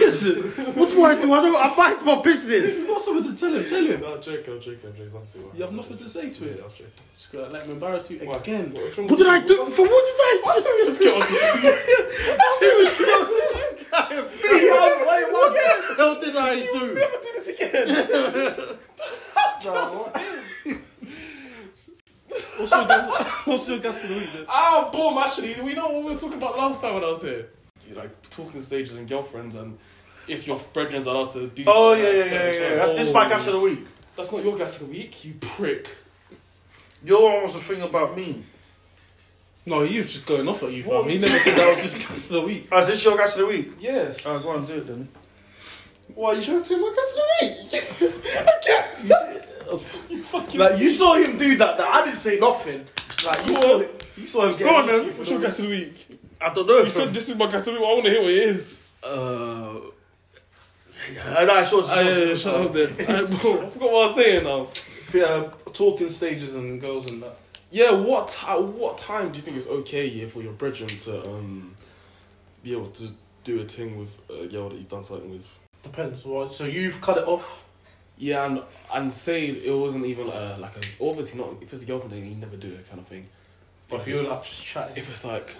Speaker 1: listen,
Speaker 2: What do I do? I don't. I mind my business.
Speaker 1: you've got something to tell him. Tell him.
Speaker 4: No, I'm joking, I'm joking, I'm joking. I'm still
Speaker 1: You have nothing to say to
Speaker 4: Yeah,
Speaker 1: it.
Speaker 4: I'm joking.
Speaker 1: Just gotta let him embarrass you
Speaker 4: Why?
Speaker 1: again.
Speaker 4: What, if I'm-
Speaker 2: What did I do? For what did I?
Speaker 4: I said we just get on to
Speaker 2: What the hell did I do?
Speaker 4: Never do this again.
Speaker 1: What's your gas? What's your gas of the week? Then?
Speaker 4: Ah, boom, actually, we know what we were talking about last time when I was here. You like talking stages and girlfriends and if your brethren's allowed to do
Speaker 2: Oh
Speaker 4: something
Speaker 2: yeah,
Speaker 4: at a
Speaker 2: yeah, yeah, yeah.
Speaker 4: certain time.
Speaker 2: yeah. This is my gas of the week.
Speaker 4: oh, That's not your gas of the week, you prick.
Speaker 2: Your one was the thing about me.
Speaker 1: No, he was just going off at you.
Speaker 4: What
Speaker 1: Fam. He
Speaker 4: you
Speaker 1: never said that was his gas of the week. Uh,
Speaker 2: Oh, is this your gas of the week?
Speaker 4: Yes.
Speaker 2: Oh, go on, do it then.
Speaker 4: Why are you trying to take my gas of the week? I can't. You fucking.
Speaker 1: Like you saw him do that. That I didn't say nothing. Like you saw, you saw him get.
Speaker 2: Go on, then.
Speaker 1: you for
Speaker 4: What's
Speaker 1: the
Speaker 4: your
Speaker 1: week.
Speaker 4: gas of the week?
Speaker 2: I don't know.
Speaker 4: You
Speaker 2: If
Speaker 4: said this is my gas of the week. I want to hear what it is.
Speaker 2: Uh, Oh, yeah, that's yours.
Speaker 4: Ah, yeah, yeah,
Speaker 2: Uh, it's
Speaker 4: shut
Speaker 2: yours.
Speaker 4: up then. I forgot what I was saying now.
Speaker 1: Yeah, talking stages and girls and that.
Speaker 4: Yeah, what at what time do you think it's okay yeah, for your brethren to um be able to do a thing with a girl that you've done something with?
Speaker 1: Depends. Well, so you've cut it off.
Speaker 4: Yeah, and and say it wasn't even uh, like a obviously not if it's a girlfriend then you never do it kind of thing.
Speaker 1: But if you were like just chatting,
Speaker 4: if it's like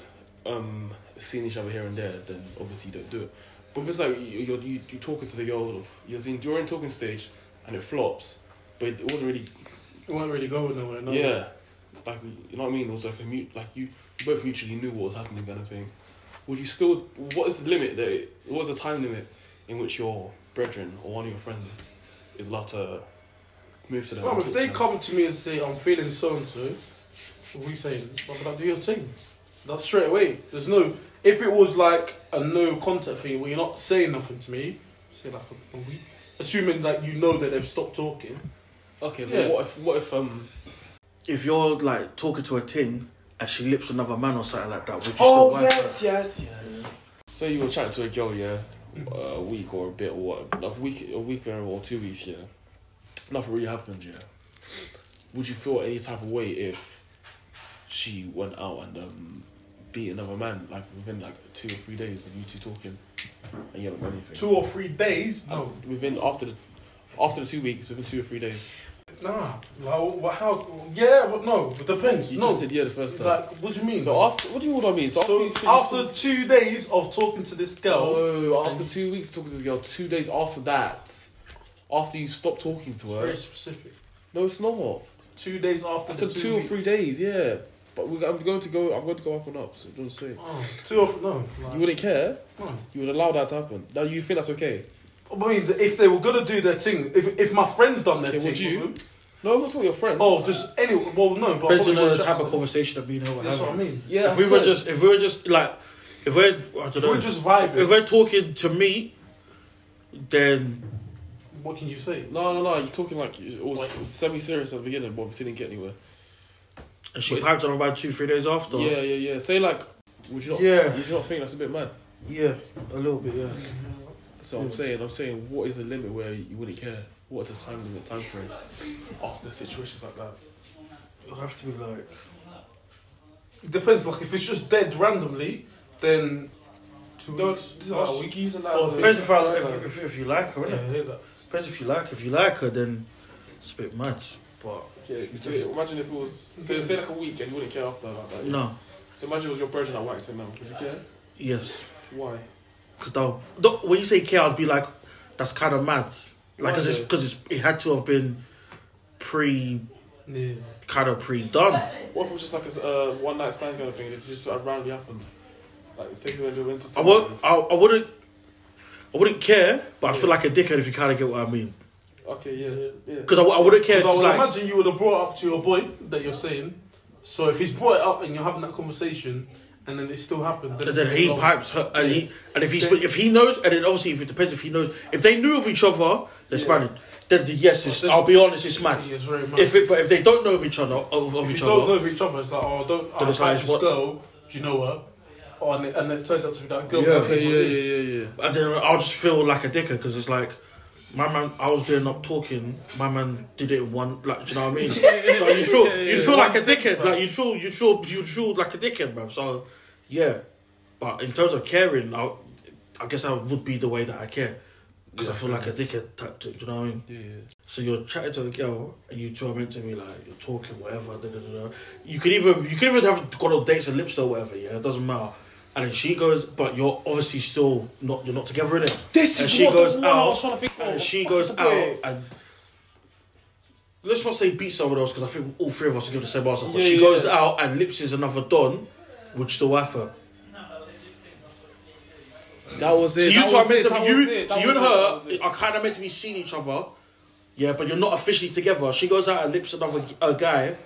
Speaker 4: um seeing each other here and there, then obviously you don't do it. But if it's like you you're, you you talking to the girl, of, you're seeing you're in talking stage, and it flops, but it wasn't really
Speaker 1: it weren't really going nowhere. No.
Speaker 4: Yeah, like you know what I mean. Also, if a mute, like you, you both mutually knew what was happening, kind of thing. Would you still? What is the limit that? What is the time limit in which your brethren or one of your friends is allowed to move to them?
Speaker 1: Fam,
Speaker 4: and
Speaker 1: if
Speaker 4: talk
Speaker 1: they
Speaker 4: to them?
Speaker 1: come to me and say I'm feeling so and so, we say, "Brother, do your thing." That's straight away. There's no. If it was like a no contact thing, where you're not saying nothing to me, say like a, a week, assuming that you know that they've stopped talking.
Speaker 4: okay,
Speaker 1: Yeah.
Speaker 4: but what if what if um
Speaker 2: If you're like talking to a thing and she lips another man or something like that. Which is the
Speaker 5: Oh
Speaker 2: wife,
Speaker 5: yes, yes, yes.
Speaker 4: So you were chatting to a girl, yeah, a week or a bit or what, a week, a week or two weeks, yeah. Nothing really happened, yeah. Would you feel any type of way if she went out and um, beat another man like within like two or three days of you two talking, and you haven't done anything?
Speaker 1: Two or three days?
Speaker 4: Uh,
Speaker 1: No.
Speaker 4: within after the after the two weeks, within two or three days.
Speaker 1: Nah. Like, wha- how? Yeah, but no. It depends.
Speaker 4: You
Speaker 1: no.
Speaker 4: just said yeah the first time.
Speaker 1: Like, what do you mean?
Speaker 4: so after what do you what do I mean? So,
Speaker 1: So
Speaker 4: after, you-
Speaker 1: after two days of talking to this girl,
Speaker 4: Oh, after two weeks talking to this girl, two days after that, after you stopped talking to her.
Speaker 1: very specific.
Speaker 4: No, it's not.
Speaker 1: Two days after.
Speaker 4: I said
Speaker 1: the
Speaker 4: two, or
Speaker 1: weeks.
Speaker 4: three days. Yeah, but we, I'm going to go. I'm going to go up and up. So don't say
Speaker 1: Oh, two or no. Like,
Speaker 4: you wouldn't care.
Speaker 1: no.
Speaker 4: You would allow that to happen. Now you feel that's okay.
Speaker 1: I mean, if they were gonna do their thing, if if my friends done their
Speaker 4: Okay,
Speaker 1: thing,
Speaker 4: would you?
Speaker 1: with them-
Speaker 4: No, I'm not talking your friends.
Speaker 1: Oh, just anyway. Well, no, but I
Speaker 2: Depends
Speaker 1: probably
Speaker 2: on the
Speaker 1: wouldn't chat
Speaker 2: type
Speaker 1: to them.
Speaker 2: of conversation that me and her were
Speaker 1: That's what I
Speaker 2: having.
Speaker 1: mean.
Speaker 4: yeah.
Speaker 2: if we were
Speaker 4: said-
Speaker 2: just, if we were just like, if we're, I don't
Speaker 1: If
Speaker 2: know,
Speaker 1: we're just vibing,
Speaker 2: if we're talking to me, then
Speaker 1: what can you say?
Speaker 4: no, no, no. You're talking like it was
Speaker 1: Like-
Speaker 4: semi-serious at the beginning, but obviously didn't get anywhere.
Speaker 2: and she
Speaker 4: Wait.
Speaker 2: piped on about two, three days after.
Speaker 4: Yeah, yeah, yeah. Say like, would you not?
Speaker 2: Yeah.
Speaker 4: Would you not think that's a bit mad?
Speaker 2: yeah, a little bit, yeah.
Speaker 4: So I'm saying, I'm saying, what is the limit where you wouldn't care? What is the time limit, time frame? After situations like that.
Speaker 2: It'll have to be like.
Speaker 1: It depends. Like if it's just dead randomly, then two weeks. Last week.
Speaker 4: using
Speaker 1: that as a-
Speaker 2: Depends if, I, if, if, if you like her,
Speaker 1: Yeah,
Speaker 2: innit?
Speaker 1: I hear that.
Speaker 2: Depends if you like. If you like her, then it's a bit much. But
Speaker 4: Yeah, so imagine if it was say, say like a week and you wouldn't care after like that.
Speaker 2: no,
Speaker 4: So imagine it was your version that whacked him now. Would you care?
Speaker 2: yes,
Speaker 4: Why?
Speaker 2: because when you say care, I'd be like, that's kind of mad. Like, because it's
Speaker 4: Why?
Speaker 2: because it's it had to have been pre
Speaker 1: Yeah.
Speaker 2: kind of pre done.
Speaker 4: What if it was just like a uh, one night stand kind of thing and it just sort of randomly happened? Like say you went to Windsor.
Speaker 2: I would I, I wouldn't I wouldn't care, but I
Speaker 4: Yeah.
Speaker 2: feel like a dickhead if you kind of get what I mean.
Speaker 4: Okay, yeah, yeah.
Speaker 2: Because I, w- I wouldn't care.
Speaker 1: Because I
Speaker 2: Cause
Speaker 1: would
Speaker 2: like,
Speaker 1: imagine you would have brought up to your boy that you're saying. So if he's brought it up and you're having that conversation, and then it still happened, then,
Speaker 2: and
Speaker 1: it's
Speaker 2: then
Speaker 1: a
Speaker 2: he
Speaker 1: long-
Speaker 2: pipes her, and he and if he sp- if he knows, and then obviously if it depends if he knows if they knew of each other, it's
Speaker 4: Yeah.
Speaker 2: mad. Then the, yes, it's, I'll be honest, it's mad.
Speaker 1: He is very mad.
Speaker 2: If it, but if they don't know of each other, of, of
Speaker 1: If you
Speaker 2: each
Speaker 1: don't
Speaker 2: other,
Speaker 1: know if each other, it's like, oh, don't.
Speaker 2: Then
Speaker 1: I
Speaker 2: it's
Speaker 1: like
Speaker 2: like,
Speaker 1: this
Speaker 2: what-
Speaker 1: girl. Do you know her? Oh, and it, and it turns out to be that girl.
Speaker 2: Yeah,
Speaker 1: that is what it is.
Speaker 4: yeah, yeah.
Speaker 2: and then I'll just feel like a dicker because it's like. My man, I was doing up talking. My man did it in one, like, do you know what I mean? so you feel, you would feel like a dickhead, like you would feel, you would feel, you would feel like a dickhead, bro. So, yeah. But in terms of caring, I, I guess I would be the way that I care, because I feel like a dickhead type. thing, Do you know what I mean? So you're chatting to a girl and you two are meant to be like you're talking whatever. Da, da, da, da. You could even you could even have gone on dates and lips or whatever. Yeah, it doesn't matter. And then she goes, but you're obviously still not you're not together in it.
Speaker 4: This
Speaker 2: And
Speaker 4: is
Speaker 2: she
Speaker 4: what
Speaker 2: goes
Speaker 4: the one I
Speaker 2: out,
Speaker 4: was trying to think
Speaker 2: And
Speaker 4: of.
Speaker 2: she
Speaker 4: Fuck
Speaker 2: goes
Speaker 4: the
Speaker 2: out
Speaker 4: boy.
Speaker 2: and let's not say beat someone else because I think all three of us would give the same answer. But
Speaker 4: Yeah,
Speaker 2: she
Speaker 4: yeah,
Speaker 2: goes
Speaker 4: yeah.
Speaker 2: out and lips is another don, which the wife her.
Speaker 4: That was
Speaker 2: So
Speaker 4: it.
Speaker 2: you
Speaker 4: that
Speaker 2: two are
Speaker 4: was
Speaker 2: meant
Speaker 4: it,
Speaker 2: to
Speaker 4: that
Speaker 2: be you,
Speaker 4: was it,
Speaker 2: so
Speaker 4: that
Speaker 2: you
Speaker 4: was
Speaker 2: and
Speaker 4: it, that was
Speaker 2: her
Speaker 4: it.
Speaker 2: are kind of meant to be seeing each other. Yeah, but you're not officially together. She goes out and lips another g- a guy.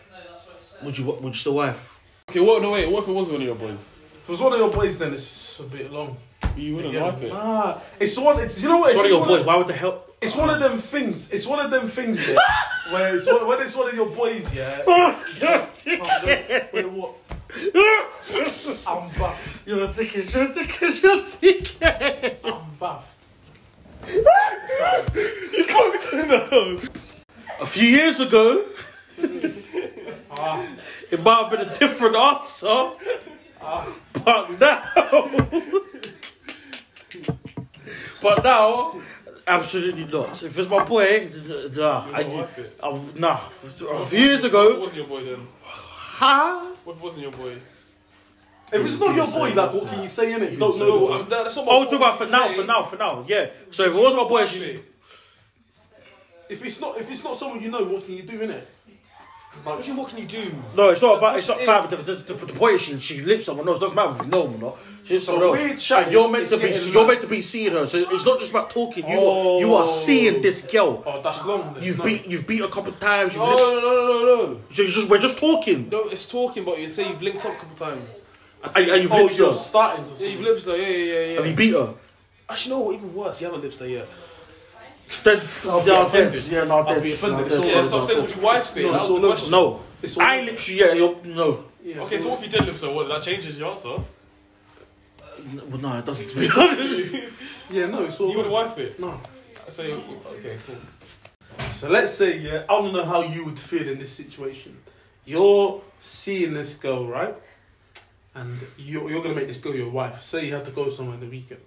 Speaker 2: Would you? Would you still wife?
Speaker 4: Okay, what? No, wait. What if it was one of your boys?
Speaker 1: If it was one of your boys, then it's a bit long.
Speaker 4: You wouldn't
Speaker 1: Yeah.
Speaker 4: like it.
Speaker 1: Nah, it's one. It's you know what?
Speaker 2: It's one of
Speaker 1: just
Speaker 2: your boys. Why would the hell?
Speaker 1: It's one of them things. It's one of them things. Yeah, where it's one, when it's one of your boys. Yeah. Oh, wait, what? I'm baffed.
Speaker 2: You're a dickhead. You're a dickhead. You're a dickhead.
Speaker 1: I'm baffed.
Speaker 4: You can't know.
Speaker 2: A few years ago,
Speaker 1: Ah,
Speaker 2: it might have been a different answer,
Speaker 1: ah.
Speaker 2: but now, but now, absolutely not. If it's my boy, nah.
Speaker 4: You're
Speaker 2: I,
Speaker 4: not worth it.
Speaker 2: I- nah. A few years ago,
Speaker 4: What wasn't your boy then?
Speaker 2: ha.
Speaker 4: What if it wasn't your boy?
Speaker 1: If it's not your boy, like, what can you say in it? You don't know.
Speaker 4: No, I'm, that, that's not my
Speaker 2: Oh, talk about for
Speaker 4: I'm
Speaker 2: now,
Speaker 4: saying-
Speaker 2: for now, for now. Yeah. So if it was my boy, she's
Speaker 1: If it's not, if it's not someone you know, what can you do in it? Like,
Speaker 4: What do you- what can you do?
Speaker 2: no, it's not about. It's not
Speaker 4: question
Speaker 2: fam. The, the, the, the point is, she, she lips someone else. Doesn't matter if you know him or not. She lips someone
Speaker 1: So
Speaker 2: else.
Speaker 1: we're chatting,
Speaker 2: And you're meant
Speaker 1: it's
Speaker 2: to be.
Speaker 1: getting
Speaker 2: You're
Speaker 1: mad.
Speaker 2: meant to be seeing her. So it's not just about talking. You are. You are seeing this girl.
Speaker 1: oh, that's Oh. long. then.
Speaker 2: You've
Speaker 1: No.
Speaker 2: beat. You've beat a couple of times. You've
Speaker 4: No, no,
Speaker 2: lipped-
Speaker 4: Oh, no, no, no, no.
Speaker 2: so you just. We're just talking.
Speaker 4: No, it's talking, but you say you've linked up a couple times. I
Speaker 2: And, and you've
Speaker 1: Oh,
Speaker 2: lipped
Speaker 1: you're
Speaker 2: her.
Speaker 1: starting to.
Speaker 4: yeah, you've
Speaker 1: See.
Speaker 4: lips though. Yeah, yeah, yeah, yeah.
Speaker 2: Have you beat her?
Speaker 4: Actually, no. Even worse, you haven't lips though yet.
Speaker 2: Then
Speaker 1: be
Speaker 2: yeah, I'm dead.
Speaker 1: offended.
Speaker 2: Yeah, no,
Speaker 1: I'll
Speaker 2: dead.
Speaker 1: be
Speaker 2: No,
Speaker 1: offended.
Speaker 2: dead.
Speaker 1: It's all
Speaker 4: Yeah, so I'm
Speaker 2: No,
Speaker 4: saying,
Speaker 2: dead.
Speaker 4: would you wife it?
Speaker 1: No,
Speaker 4: That
Speaker 1: it's
Speaker 4: was
Speaker 1: all
Speaker 4: the
Speaker 1: over.
Speaker 4: question.
Speaker 2: No,
Speaker 1: It's
Speaker 2: I literally, yeah, you're, no.
Speaker 1: Yeah,
Speaker 4: Okay, so what if you deadlift so what? That changes your answer.
Speaker 2: No, Well, no, it doesn't make sense.
Speaker 1: yeah, no, it's all.
Speaker 4: You would wife it.
Speaker 1: No.
Speaker 4: I say, okay, cool.
Speaker 1: So let's say, yeah, I don't know how you would feel in this situation. You're seeing this girl, right? And you're, you're going to make this girl your wife. Say you have to go somewhere on the weekend.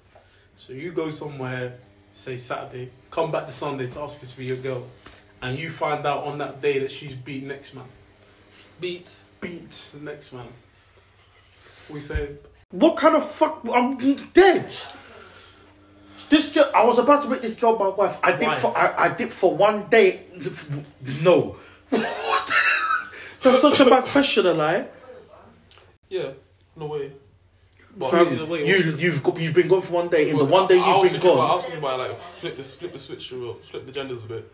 Speaker 1: So you go somewhere, say Saturday, come back to Sunday to ask her to be your girl. And you find out on that day that she's beat next man. Beat? Beat the next man. We say,
Speaker 2: What kind of fuck? I'm dead. This girl, I was about to make this girl my wife. I did
Speaker 1: Wife.
Speaker 2: for, I, I did for one day. No. What? That's such a bad question, like.
Speaker 4: Yeah, no way.
Speaker 1: what?
Speaker 2: Fam,
Speaker 1: Wait, what's
Speaker 2: you
Speaker 1: it?
Speaker 2: you've got, you've been gone for one day. In the one day
Speaker 4: I was
Speaker 2: you've been
Speaker 4: thinking about, I
Speaker 2: gone.
Speaker 4: was thinking about like flip this, flip the switch, a little- flip the genders a bit.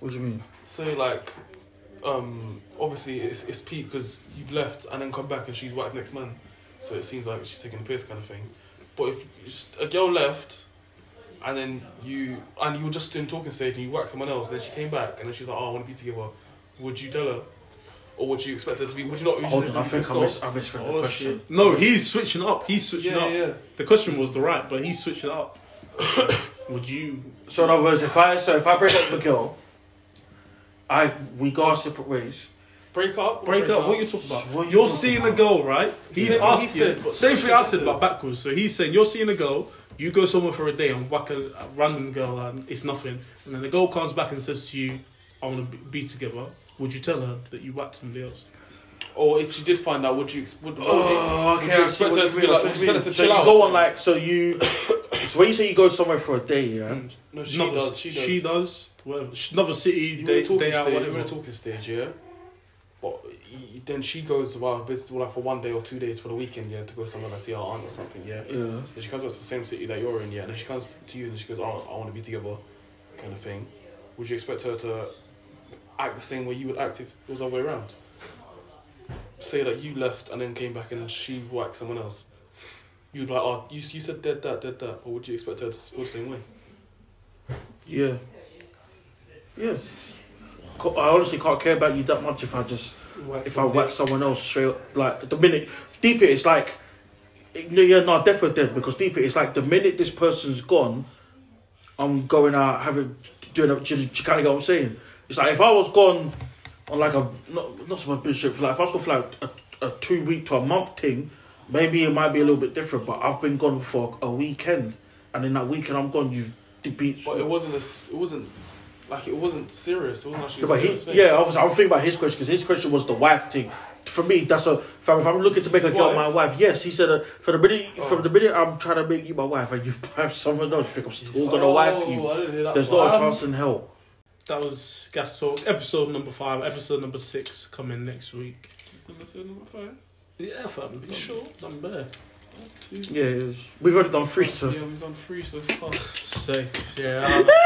Speaker 2: What do you mean?
Speaker 4: Say like, um, obviously it's it's Pete because you've left and then come back and she's whacked next man, so it seems like she's taking the piss kind of thing. But if just a girl left, and then you and you were just in talking stage and you whacked someone else, then she came back and then she's like, oh, I want to be together. Would you tell her, or would you expect her to be? Would you not? would you
Speaker 2: Hold
Speaker 4: just
Speaker 2: on, I
Speaker 4: be
Speaker 2: think
Speaker 4: pissed
Speaker 2: I,
Speaker 4: off?
Speaker 2: mis- I misread the
Speaker 1: Oh,
Speaker 2: question.
Speaker 1: shit. No, he's switching up. He's switching
Speaker 4: Yeah,
Speaker 1: up.
Speaker 4: yeah, yeah.
Speaker 1: The question was the right, but he's switching up. Would you?
Speaker 2: So in other words, if I so if I break up with the girl, I we go our separate ways.
Speaker 4: Break up.
Speaker 1: Break up. What are you talking about?
Speaker 2: What are you
Speaker 1: you are
Speaker 2: talking
Speaker 1: seeing a
Speaker 2: about?
Speaker 1: girl, right?
Speaker 4: He
Speaker 1: He's
Speaker 4: said- he
Speaker 1: asking.
Speaker 4: said, but
Speaker 1: same thing I said
Speaker 4: genders.
Speaker 1: about backwards. So he's saying you're seeing a girl. You go somewhere for a day and whack a, a random girl and it's nothing. And then the girl comes back and says to you, "I want to be together." Would you tell her that you whacked somebody else?
Speaker 4: Or if she did find out, would you? ex- Would, would you- would
Speaker 2: Oh, I
Speaker 4: you
Speaker 2: see
Speaker 4: Oh, expect
Speaker 2: what
Speaker 4: her
Speaker 2: you
Speaker 4: to be
Speaker 2: mean, I
Speaker 4: like?
Speaker 2: see
Speaker 4: Would you
Speaker 2: what
Speaker 4: expect her to
Speaker 2: mean. So
Speaker 4: chill
Speaker 2: you
Speaker 4: out?
Speaker 2: Go on like so you. so when you say you go somewhere for a day, yeah.
Speaker 1: Mm.
Speaker 4: No, she
Speaker 1: Another-
Speaker 4: does. She does.
Speaker 1: She does. Whatever. Sh- Another city.
Speaker 4: You were
Speaker 1: Day,
Speaker 4: talking
Speaker 1: day out.
Speaker 4: stage. you were
Speaker 1: Whatever.
Speaker 4: talking stage, yeah. But y- then she goes about her business like for one day or two days for the weekend, yeah, to go somewhere like see her aunt or something, yeah.
Speaker 2: Yeah.
Speaker 4: And she comes back to the same city that you're in, yeah. And then she comes to you and she goes, "Oh, I want to be together," kind of thing. Would you expect her to act the same way you would act if it was the other way around? Say like you left and then came back and she whacked someone else. You'd be like, "Oh, you you said dead that, dead that," or would you expect her to feel the same way?
Speaker 2: Yeah. Yeah. Co- I honestly can't care about you that much if I just
Speaker 1: Whack
Speaker 2: if I
Speaker 1: somebody
Speaker 2: whack someone else straight up, like the minute deep it, it's like no yeah no definitely dead because deep it, it's like the minute this person's gone, I'm going out having doing a, do you, do you kind of get what I'm saying? It's like if I was gone on like a not not so much business trip, for like if I was gone for like a, a two week to a month thing, maybe it might be a little bit different. But I've been gone for a weekend, and in that weekend I'm gone. You beat.
Speaker 4: But it wasn't a s It wasn't like it wasn't serious. It wasn't actually
Speaker 2: Yeah,
Speaker 4: a
Speaker 2: but
Speaker 4: serious thing.
Speaker 2: he, yeah, obviously, I'm thinking about his question because his question was the wife thing. For me, that's a. If I'm, if I'm looking to make a
Speaker 4: His
Speaker 2: girl
Speaker 4: wife?
Speaker 2: my wife, yes, he said. Uh, from the minute,
Speaker 4: Oh.
Speaker 2: from the minute I'm trying to make you my wife, and you have someone else, you think I'm still gonna
Speaker 4: Oh,
Speaker 2: wife you.
Speaker 4: I didn't hear that
Speaker 2: There's
Speaker 4: part.
Speaker 2: not a
Speaker 1: Um,
Speaker 2: chance in hell.
Speaker 1: That was Gas Talk, episode number five. Episode number six coming next week.
Speaker 4: Just in the cinema fire.
Speaker 1: Yeah, fam.
Speaker 4: You sure?
Speaker 1: Done better.
Speaker 4: One, two.
Speaker 2: Yeah, it was, we've already done three, so.
Speaker 4: Yeah, we've done three so far.
Speaker 1: Safe. Yeah. I-